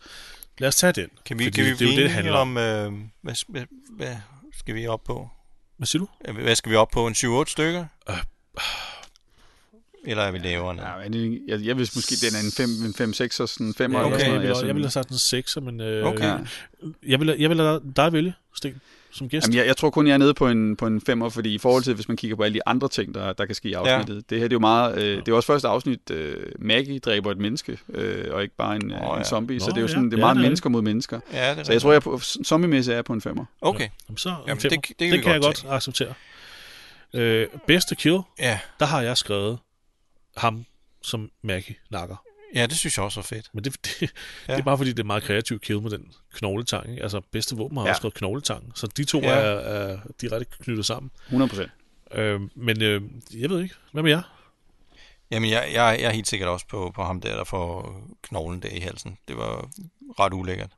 Lad os tage den. Kan vi, fordi kan vi det er jo det, det handler om. om, øh, hvad, hvad, hvad skal vi op på? Hvad siger du? Hvad skal vi op på? En 7-8 stykker? Eller er vi lavere? Ja, Ja, men det- jeg, jeg vidste måske, den er en 5 en fem, seks og sådan en 5 Ja, eller okay, sådan jeg, noget. ville, Ja, sådan- jeg ville have sagt en 6, men øh, Okay. okay. Ja. jeg, vil, jeg vil lade dig vælge, Sten, som gæst. Jamen, jeg, jeg tror kun, jeg er nede på en, på en femmer, fordi i forhold til, hvis man kigger på alle de andre ting, der, der kan ske i afsnittet, ja. det her det er jo meget, øh, det er jo også første afsnit, øh, Maggie dræber et menneske, øh, og ikke bare en, oh, ja. en zombie, Nå, så det er jo ja. sådan, det er Ja, meget det er mennesker mod mennesker. ja det er Så jeg rigtigt. tror, jeg på, zombie-mæssigt er jeg på en femmer. Okay, Jamen, så Jamen, Jamen, det- det, det det, kan det vi kan jeg godt godt acceptere. Øh, bedste kill, ja. der har jeg skrevet ham, som Maggie nakker. ja, det synes jeg også er fedt. Men det, det, Ja. ja. det er bare fordi, det er meget kreativt kill med den knogletang. Ikke? Altså, bedste våben har Ja. ja. også skrevet knogletang. Så de to Ja. ja. er, er direkte knyttet sammen. 100 procent. Øh, men øh, jeg ved ikke. Hvad med jer? Jamen, jeg, jeg, jeg er helt sikkert også på, på ham der, der får knoglen der i halsen. Det var ret ulækkert.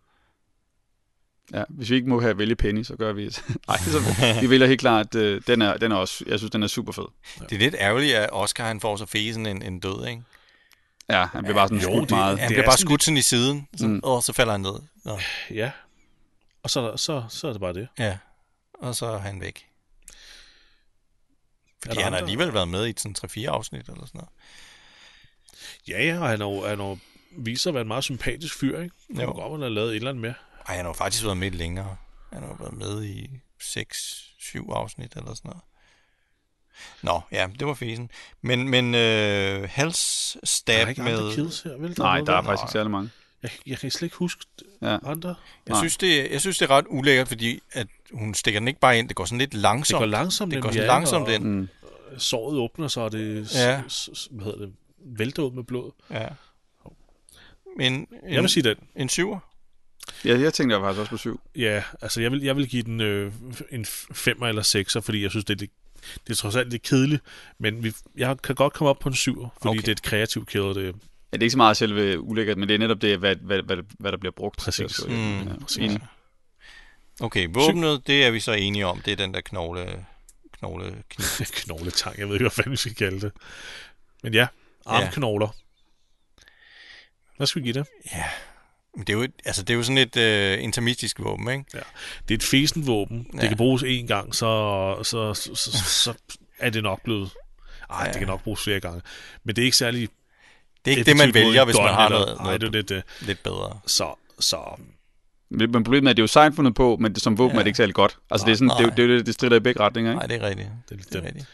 Ja, hvis vi ikke må have vælge Penny, så gør vi et. Nej, så vi vælger helt klart, øh, den, er, den er også, jeg synes, den er super fed. Det er lidt ærgerligt, at Oscar han får så fesen en, en død, ikke? Ja, han bliver bare sådan Jo, skudt det- meget. Han Det bliver er bare sådan skudt sådan i siden, sådan, mm. Mm. og så falder han ned. Nå, Ja. Og så, er der- så, så er det bare det. ja, og så er han væk. Er Fordi der han har andre? alligevel været med i sådan 3-4 afsnit eller sådan noget. Ja, ja, og han er jo, han er jo viser at være en meget sympatisk fyr, ikke? Det Jo. kunne godt, man har lavet et eller andet med. Ej, han har jo faktisk været med længere. Han har jo været med i 6-7 afsnit eller sådan noget. Nå, ja, det var fesen. Men, men øh, Der halsstab er ikke med... andre kills her, vel? Nej, noget, der er vel? faktisk ikke særlig mange. Jeg, jeg kan slet ikke huske Ja. andre. Jeg Nej. synes, det, jeg synes, det er ret ulækkert, fordi at hun stikker den ikke bare ind. Det går sådan lidt Det langsomt. går langsomt, det går nemlig, sådan ja, langsomt og- ind. Mm. Såret åbner, så er det, Ja. ja. s- s- hvad hedder det, vælter ud med blod. Ja. Men en, Jeg vil sige den. en syver? Ja, jeg tænkte jeg var faktisk også på syv. Ja, altså jeg vil, jeg vil give den øh, en f- femmer eller sekser, fordi jeg synes, det er, lidt, det er trods alt lidt kedeligt, men vi, jeg kan godt komme op på en syver, fordi Okay. okay. det er et kreativt kæde, det er Ja, det er ikke så meget selve ulækkert, men det er netop det, hvad, hvad, hvad, hvad der bliver brugt. til at Præcis. slå ihjel. Mm, Ja, enig. Okay, våbnet, det er vi så enige om. Det er den der knogle, knogle kniv. knogletang, jeg ved ikke, hvad fanden vi skal kalde det. Men ja, armknogler. Hvad skal vi give det? Men Det er jo, et- altså, det er jo sådan et øh, intermistisk våben, ikke? Ja. Det er et fesenvåben. Ja. Ja. Det kan bruges én gang, så, så, så, så, så er det nok blevet... Ej, ja. det kan nok bruges flere gange. Men det er ikke særlig... Det er ikke det, man effektivt mod vælger, en hvis man gun har eller- noget, Ej, det er noget jo lidt... øh, lidt bedre. Så, så Men men problemet er, at det er jo sejt fundet på, men det, som våben Ja. ja. er det ikke særlig godt. Altså, det, er sådan, Nej. det, er jo- det, er jo det, det strider i begge retninger, ikke? Nej, det er rigtigt. det er lidt Det er det. rigtigt.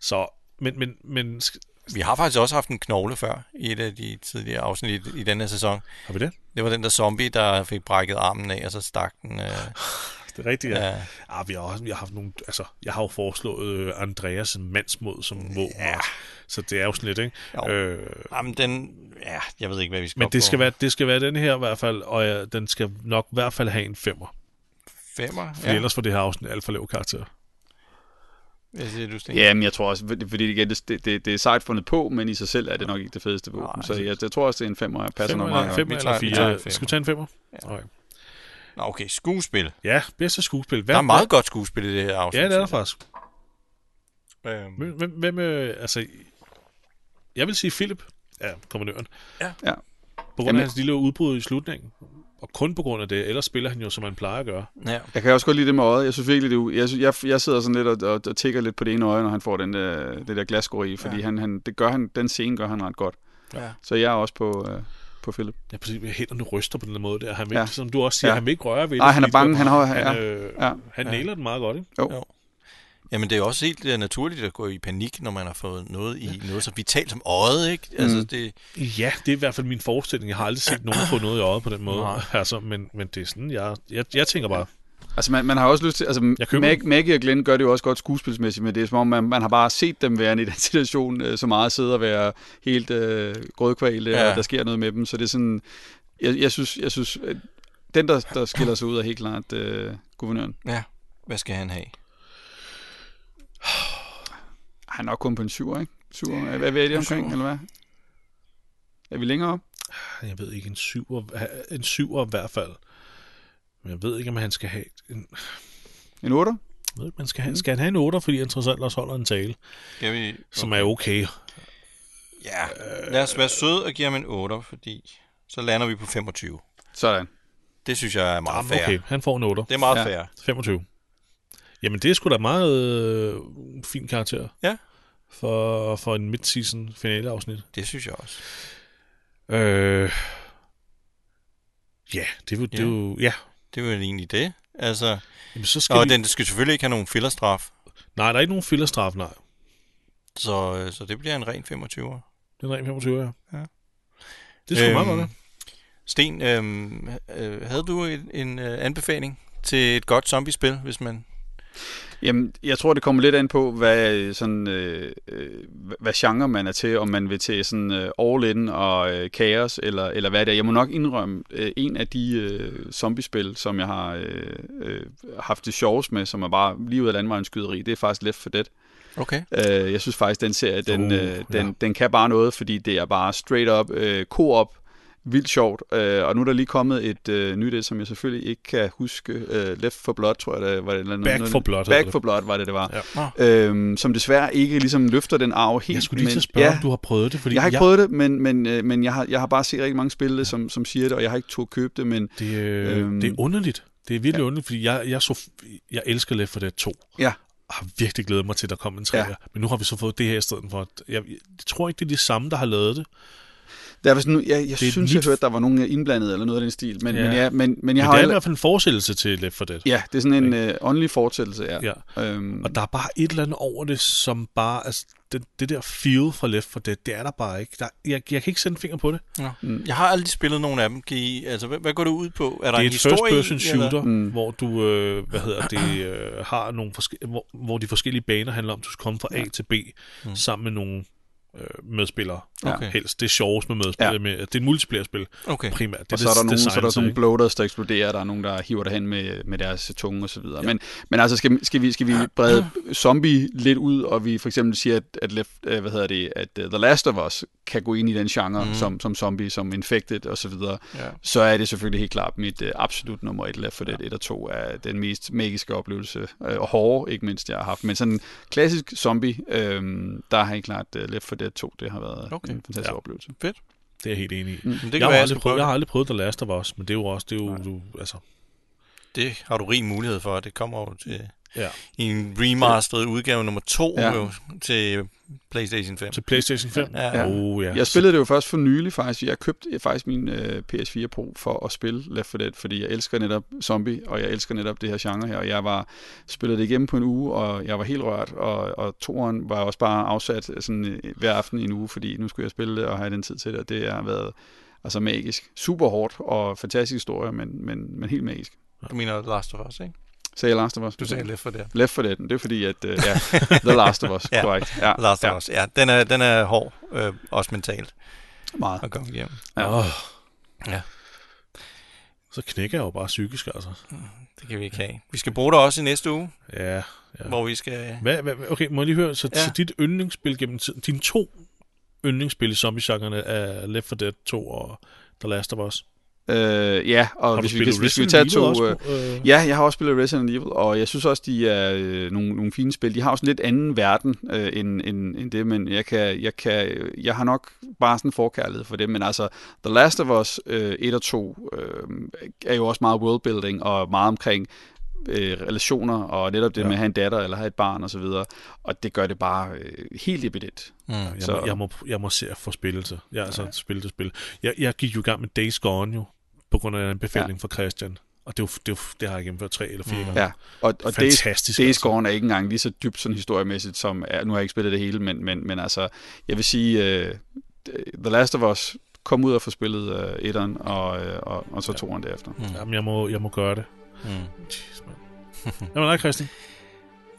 Så, men, men, men sk- Vi har faktisk også haft en knogle før i et af de tidligere afsnit i, i denne sæson. har vi det? Det var den der zombie, der fik brækket armen af, og så stak den. Øh, Det er rigtigt, ja. ja. ja. Ah, vi har også, jeg har haft nogle, altså, jeg har jo foreslået øh, Andreas mandsmod som våben. Ja. Så det er jo sådan lidt, ikke? Jo. Øh, Jamen, den... Ja, jeg ved ikke, hvad vi skal men op det på. skal, være, det skal være den her i hvert fald, og ja, den skal nok i hvert fald have en femmer. Femmer? For ja. ellers får det her afsnit alt for lav karakter. Hvad siger du, Sten? Ja, men jeg tror også, fordi- fordi igen, det, det, det det er sejt fundet på, men i sig selv er det nok ikke det fedeste våben. Nej. så jeg, jeg tror også, det er en femmer. Jeg passer Femmer nok eller, en meget godt. femmer Vi eller tager- vi tager en fire? femmer. Skal vi tage en femmer? Ja. Okay. Nå, okay, skuespil. Ja, bedste skuespil. Hvad, Der er meget godt skuespil i det her Ja, afsnit. det er der faktisk. Øhm, Hvem, hvem, hvem øh, altså... Jeg vil sige Philip. Ja, kommandøren. Ja. Ja. På grund af Jamen- hans lille udbrud i slutningen. Og kun på grund af det, ellers spiller han jo, som han plejer at gøre. ja. Jeg kan også godt lide det med øjet. Jeg synes virkelig, det er, u- jeg, synes- jeg, jeg sidder sådan lidt og, og, og tigger lidt på det ene øje, når han får den der, det der glaskår i, fordi ja. han, han, det gør han, den scene gør han ret godt. Ja. Så jeg er også på, øh, på Philip. Ja, præcis. Hænderne ryster på den der måde der. Han vil, Ja. ja. Som du også siger, Ja. ja. han vil ikke røre ved det. Nej, han er fordi bange. Han har... Han, Ja, øh, ja. han næler den meget godt, ikke? Jamen, det er jo også helt øh, naturligt at gå i panik, når man har fået noget i noget så vitalt som øjet, ikke? Altså, Mm. det, Ja, det er i hvert fald min forestilling. Jeg har aldrig set nogen få noget i øjet på den måde. Nej. Altså, men, men det er sådan, jeg, jeg, jeg tænker bare, Altså, man, man har også lyst til... Altså, Jeg køber Mag, Maggie og Glenn gør det jo også godt skuespilsmæssigt, men det er som om, man, man har bare set dem være i den situation øh, så meget, sidde og være helt øh, grødkvalte, Ja. ja. og der sker noget med dem. Så det er sådan... Jeg, jeg synes, jeg synes øh, den, der, der skiller sig ud, er helt klart øh, guvernøren. ja, hvad skal han have? Han er nok kun på en syver, ikke? Syver. Er, er vi er det omkring, eller hvad? Er vi længere op? jeg ved ikke, en syver, en syver i hvert fald. Men jeg ved ikke, om han skal have en, En otter? Jeg ved ikke, Man skal, Mm. have, skal han have en 8, fordi han trods alt også holder en tale, Skal vi... som er okay. Ja, lad os være søde og give ham en 8, fordi så lander vi på 25. Sådan. Det synes jeg er meget fair. Okay, han får en 8. Det er meget Ja. ja. fair. 25. Jamen, det er sgu da meget øh, fin karakter Ja. for, for en midseason finaleafsnit. Det synes jeg også. Øh, ja, det var det Ja. ja. jo... Ja. Det er vel egentlig det. Altså, Jamen, så skal og vi... den skal selvfølgelig ikke have nogen fillerstraf, Nej, der er ikke nogen fillerstraf, nej. så, øh, så det bliver en ren 25'er. Den er ren 25, ja. Ja. Det er sgu meget Øhm, godt. Sten, øhm, øh, havde du en, en øh, anbefaling til et godt zombiespil, hvis man... Jamen, jeg tror, det kommer lidt an på, hvad, øh, sådan, øh, øh, hva- hvad genre man er til, om man vil til sådan, øh, all in og øh, kaos, eller, eller hvad det er. Jeg må nok indrømme, øh, en af de øh, zombiespil, som jeg har øh, øh, haft det sjovest med, som er bare lige ud af landvejen skyderi, det er faktisk Left 4 Dead. Okay. Øh, jeg synes faktisk, den serie, den, Uh, øh, den, ja. den kan bare noget, fordi det er bare straight up, øh, co-op, vildt sjovt. Øh, og nu er der lige kommet et øh, nyt et, som jeg selvfølgelig ikke kan huske. Øh, Left for Blood, tror jeg, det var det. Eller noget- Back noget, for Blood hedder Back det. for Blood var det, det var. Ja. Ah. Ja. Øhm, som desværre ikke ligesom løfter den arv helt. Jeg skulle lige til men- at spørge, ja, ja. om du har prøvet det, fordi Jeg har ikke prøvet det, men, men, øh, men jeg, har, jeg har bare set rigtig mange spil, det, som, som siger det, og jeg har ikke tog købe det, men Det, øhm, Øhm. det er underligt. Det er virkelig ja. underligt, fordi jeg, jeg, så, jeg elsker Left 4 Dead 2. ja, Jeg har virkelig glædet mig til, at der kom en 3'er. Ja. Ja. Men nu har vi så fået det her i stedet for. Jeg, jeg tror ikke, det er de samme, der har lavet det. der er sådan, jeg, jeg er et synes, jeg nyt- hørte, der var nogen indblandet eller noget af den stil, men, Ja. ja. men, ja, men, men jeg Men har... det er i aldrig- hvert fald en forestillelse til Left 4 Dead. Ja, det er sådan en øh, åndelig fortællelse, ja. Ja. Øhm, Og der er bare et eller andet over det, som bare... Altså, det, det der feel fra Left 4 Dead, det er der bare ikke. Der, jeg, jeg kan ikke sætte en finger på det. Ja. Jeg har aldrig spillet nogen af dem. Kan I, altså, hvad, hvad går det ud på? Er der det er en et historie i, first-person eller- shooter, mm. hvor du øh, hvad hedder det, øh, har nogle forske- hvor, hvor de forskellige baner handler om, at du skal komme fra A til B mm. sammen med nogle øh, medspillere. Okay. Helst. Det er sjovest med medspillere. Ja. Ja. Med, det er et multiplayer-spil Okay. primært. Det og så er der, det nogen, så er design der til, sådan nogle ikke? bloaters, der eksploderer, der er nogen, der hiver dig hen med, med deres tunge og så videre. Ja. Men, men altså, skal, skal, vi, skal vi brede zombie lidt ud, og vi for eksempel siger, at, at, left, øh, hvad hedder det, at uh, The Last of Us kan gå ind i den genre mm. som, som zombie, som infected og så videre, Ja. så er det selvfølgelig helt klart mit uh, absolut nummer et, Left 4 Dead 1 og 2 er den mest magiske oplevelse, øh, og hårde ikke mindst, jeg har haft. Men sådan en klassisk zombie, øh, der har helt klart uh, Left 4 Dead 2, det har været Okay. okay. en fantastisk Ja. ja. oplevelse. Det er jeg helt enig i. Men det Det jeg, kan være, har jeg aldrig prøvet, skal prøve jeg det. har aldrig prøvet The Last of Us, men det er jo også, det er jo, du, altså, Det har du rig mulighed for. Det kommer jo til ja. i en remasteret udgave nummer 2 Ja. ja. jo, til PlayStation 5. Til Playstation 5? Ja. Ja. Oh, ja. Jeg spillede det jo først for nylig faktisk. Jeg købte faktisk min øh, PS4 Pro for at spille Left 4 Dead, fordi jeg elsker netop zombie, og jeg elsker netop det her genre her. Og jeg var spillede det igennem på en uge, og jeg var helt rørt, og, og toren var også bare afsat sådan, øh, hver aften i en uge, fordi nu skulle jeg spille det og have den tid til det, og det har været altså magisk. Super hårdt og fantastisk historie, men, men, men helt magisk. Du mener Last of Us, ikke? Sagde jeg Last of Us? Du sagde lidt for det. Left 4 Dead, det er fordi, at øh, ja, The Last of Us, Ja. korrekt. Ja, Last of ja, Us, ja. Den er, den er hård, øh, også mentalt, meget. at komme hjem. ja. Oh. Ja. Så knækker jeg jo bare psykisk, altså. Det kan vi ikke have. Vi skal bruge dig også i næste uge, Ja, ja. ja. hvor vi skal... Hvad, hvad, hvad- okay, må jeg lige høre, så, Ja. ja. så dit yndlingsspil gennem tiden, dine to yndlingsspil i zombie-genrerne er Left 4 Dead 2 og The Last of Us. Øh, ja, og Har hvis du vi, kan, spillet hvis vi Resident tager Evil to... også? øh, Øh, Ja, jeg har også spillet Resident Evil, og jeg synes også, de er øh, nogle, nogle fine spil. De har også en lidt anden verden øh, end, end, end det, men jeg, kan, jeg, kan, jeg har nok bare sådan en forkærlighed for det. Men altså, The Last of Us øh, 1 og 2 øh, er jo også meget worldbuilding og meget omkring øh, relationer, og netop det ja. med at have en datter eller have et barn osv., og, og det gør det bare øh, helt evident. Mm. Jeg, Så- må, jeg, må, jeg må se at få spillelse. Jeg, altså, spil til spil. Jeg, jeg gik jo i gang med Days Gone jo, på grund af en befaling ja. fra Christian. Og det, er jo- det, er jo- det har jeg gennemført tre eller fire mm. gange. Ja, og, og Days, Fantastisk. Days altså. Gone er ikke engang lige så dybt sådan historiemæssigt, som er, nu har jeg ikke spillet det hele, men, men, men altså, jeg vil sige, uh, The Last of Us, kom ud og få spillet uh, etteren, og, uh, og, og så toeren derefter. Jamen, jeg må, jeg må gøre det. Mm. Jeez, mand. Jamen, nej, Christian.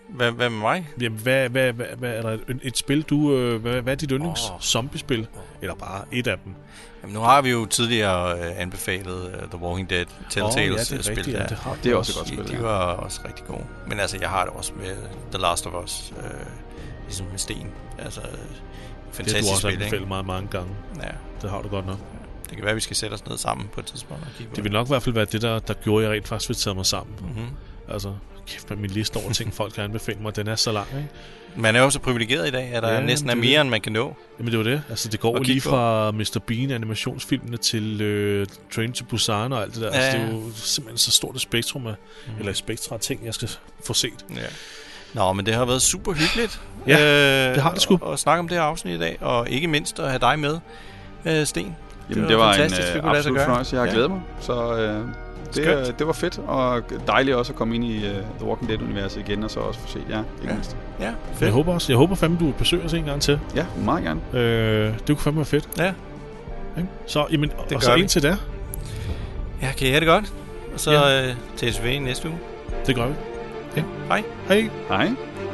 Hvad, hvad med mig? Jamen, hvad, hvad, hvad, hvad er der et, et spil, du... Øh, hvad, hvad er dit yndlings Åh. oh. zombiespil? Eller bare et af dem? Jamen, nu har vi jo tidligere øh, anbefalet øh, The Walking Dead Telltales Åh, ja, det øh, er spil rigtigt, ja, der. det har Det er du også et godt spil. De, de ja. var også rigtig gode. Men altså, jeg har det også med The Last of Us, øh, ligesom med Sten. Altså, øh, Det har du fantastisk også spil, ikke? anbefalet meget mange gange. Ja, Det har du godt nok. det kan være, vi skal sætte os ned sammen på et tidspunkt og kigge på Mhm. Det vil nok i hvert fald være det, der, der gjorde, at jeg rent faktisk ville tage mig sammen. Mm-hmm. Altså, kæft, hvad min liste over ting, folk kan anbefale mig, den er så lang, ikke? Man er jo så privilegeret i dag, at der Ja, ja, næsten er det er mere, end man kan nå. Jamen det var det. Altså det går Og jo lige kigge på. fra Mr. Bean animationsfilmene til øh, Train to Busan og alt det der. Ja. Ja, Altså, det ja. er jo simpelthen så stort et spektrum af, mm. eller et spektrum af ting, jeg skal få set. Ja. Nå, men det har været super hyggeligt. Ja, øh, det har det sgu. At, at snakke om det her afsnit i dag, og ikke mindst at have dig med, øh, Sten. Jamen, det var, det var en fantastisk, det øh, kunne lade sig absolut gøre. fornøjelse. Jeg har Ja. glædet mig. Så øh, det, Skønt. øh, det var fedt, og dejligt også at komme ind i øh, The Walking Dead-universet igen, og så også få set jer, ikke Ja. ja. mindst. Ja, Men fedt. jeg håber også, jeg håber fandme, du vil besøge os en gang til. Ja, meget gerne. Øh, det kunne fandme være fedt. Ja. Ikke? Så, jamen, det og gør så vi. indtil da, Ja, kan I have det godt? Og så Ja. ja. øh, TSV næste uge. det gør vi. Hej. Hej. Hej.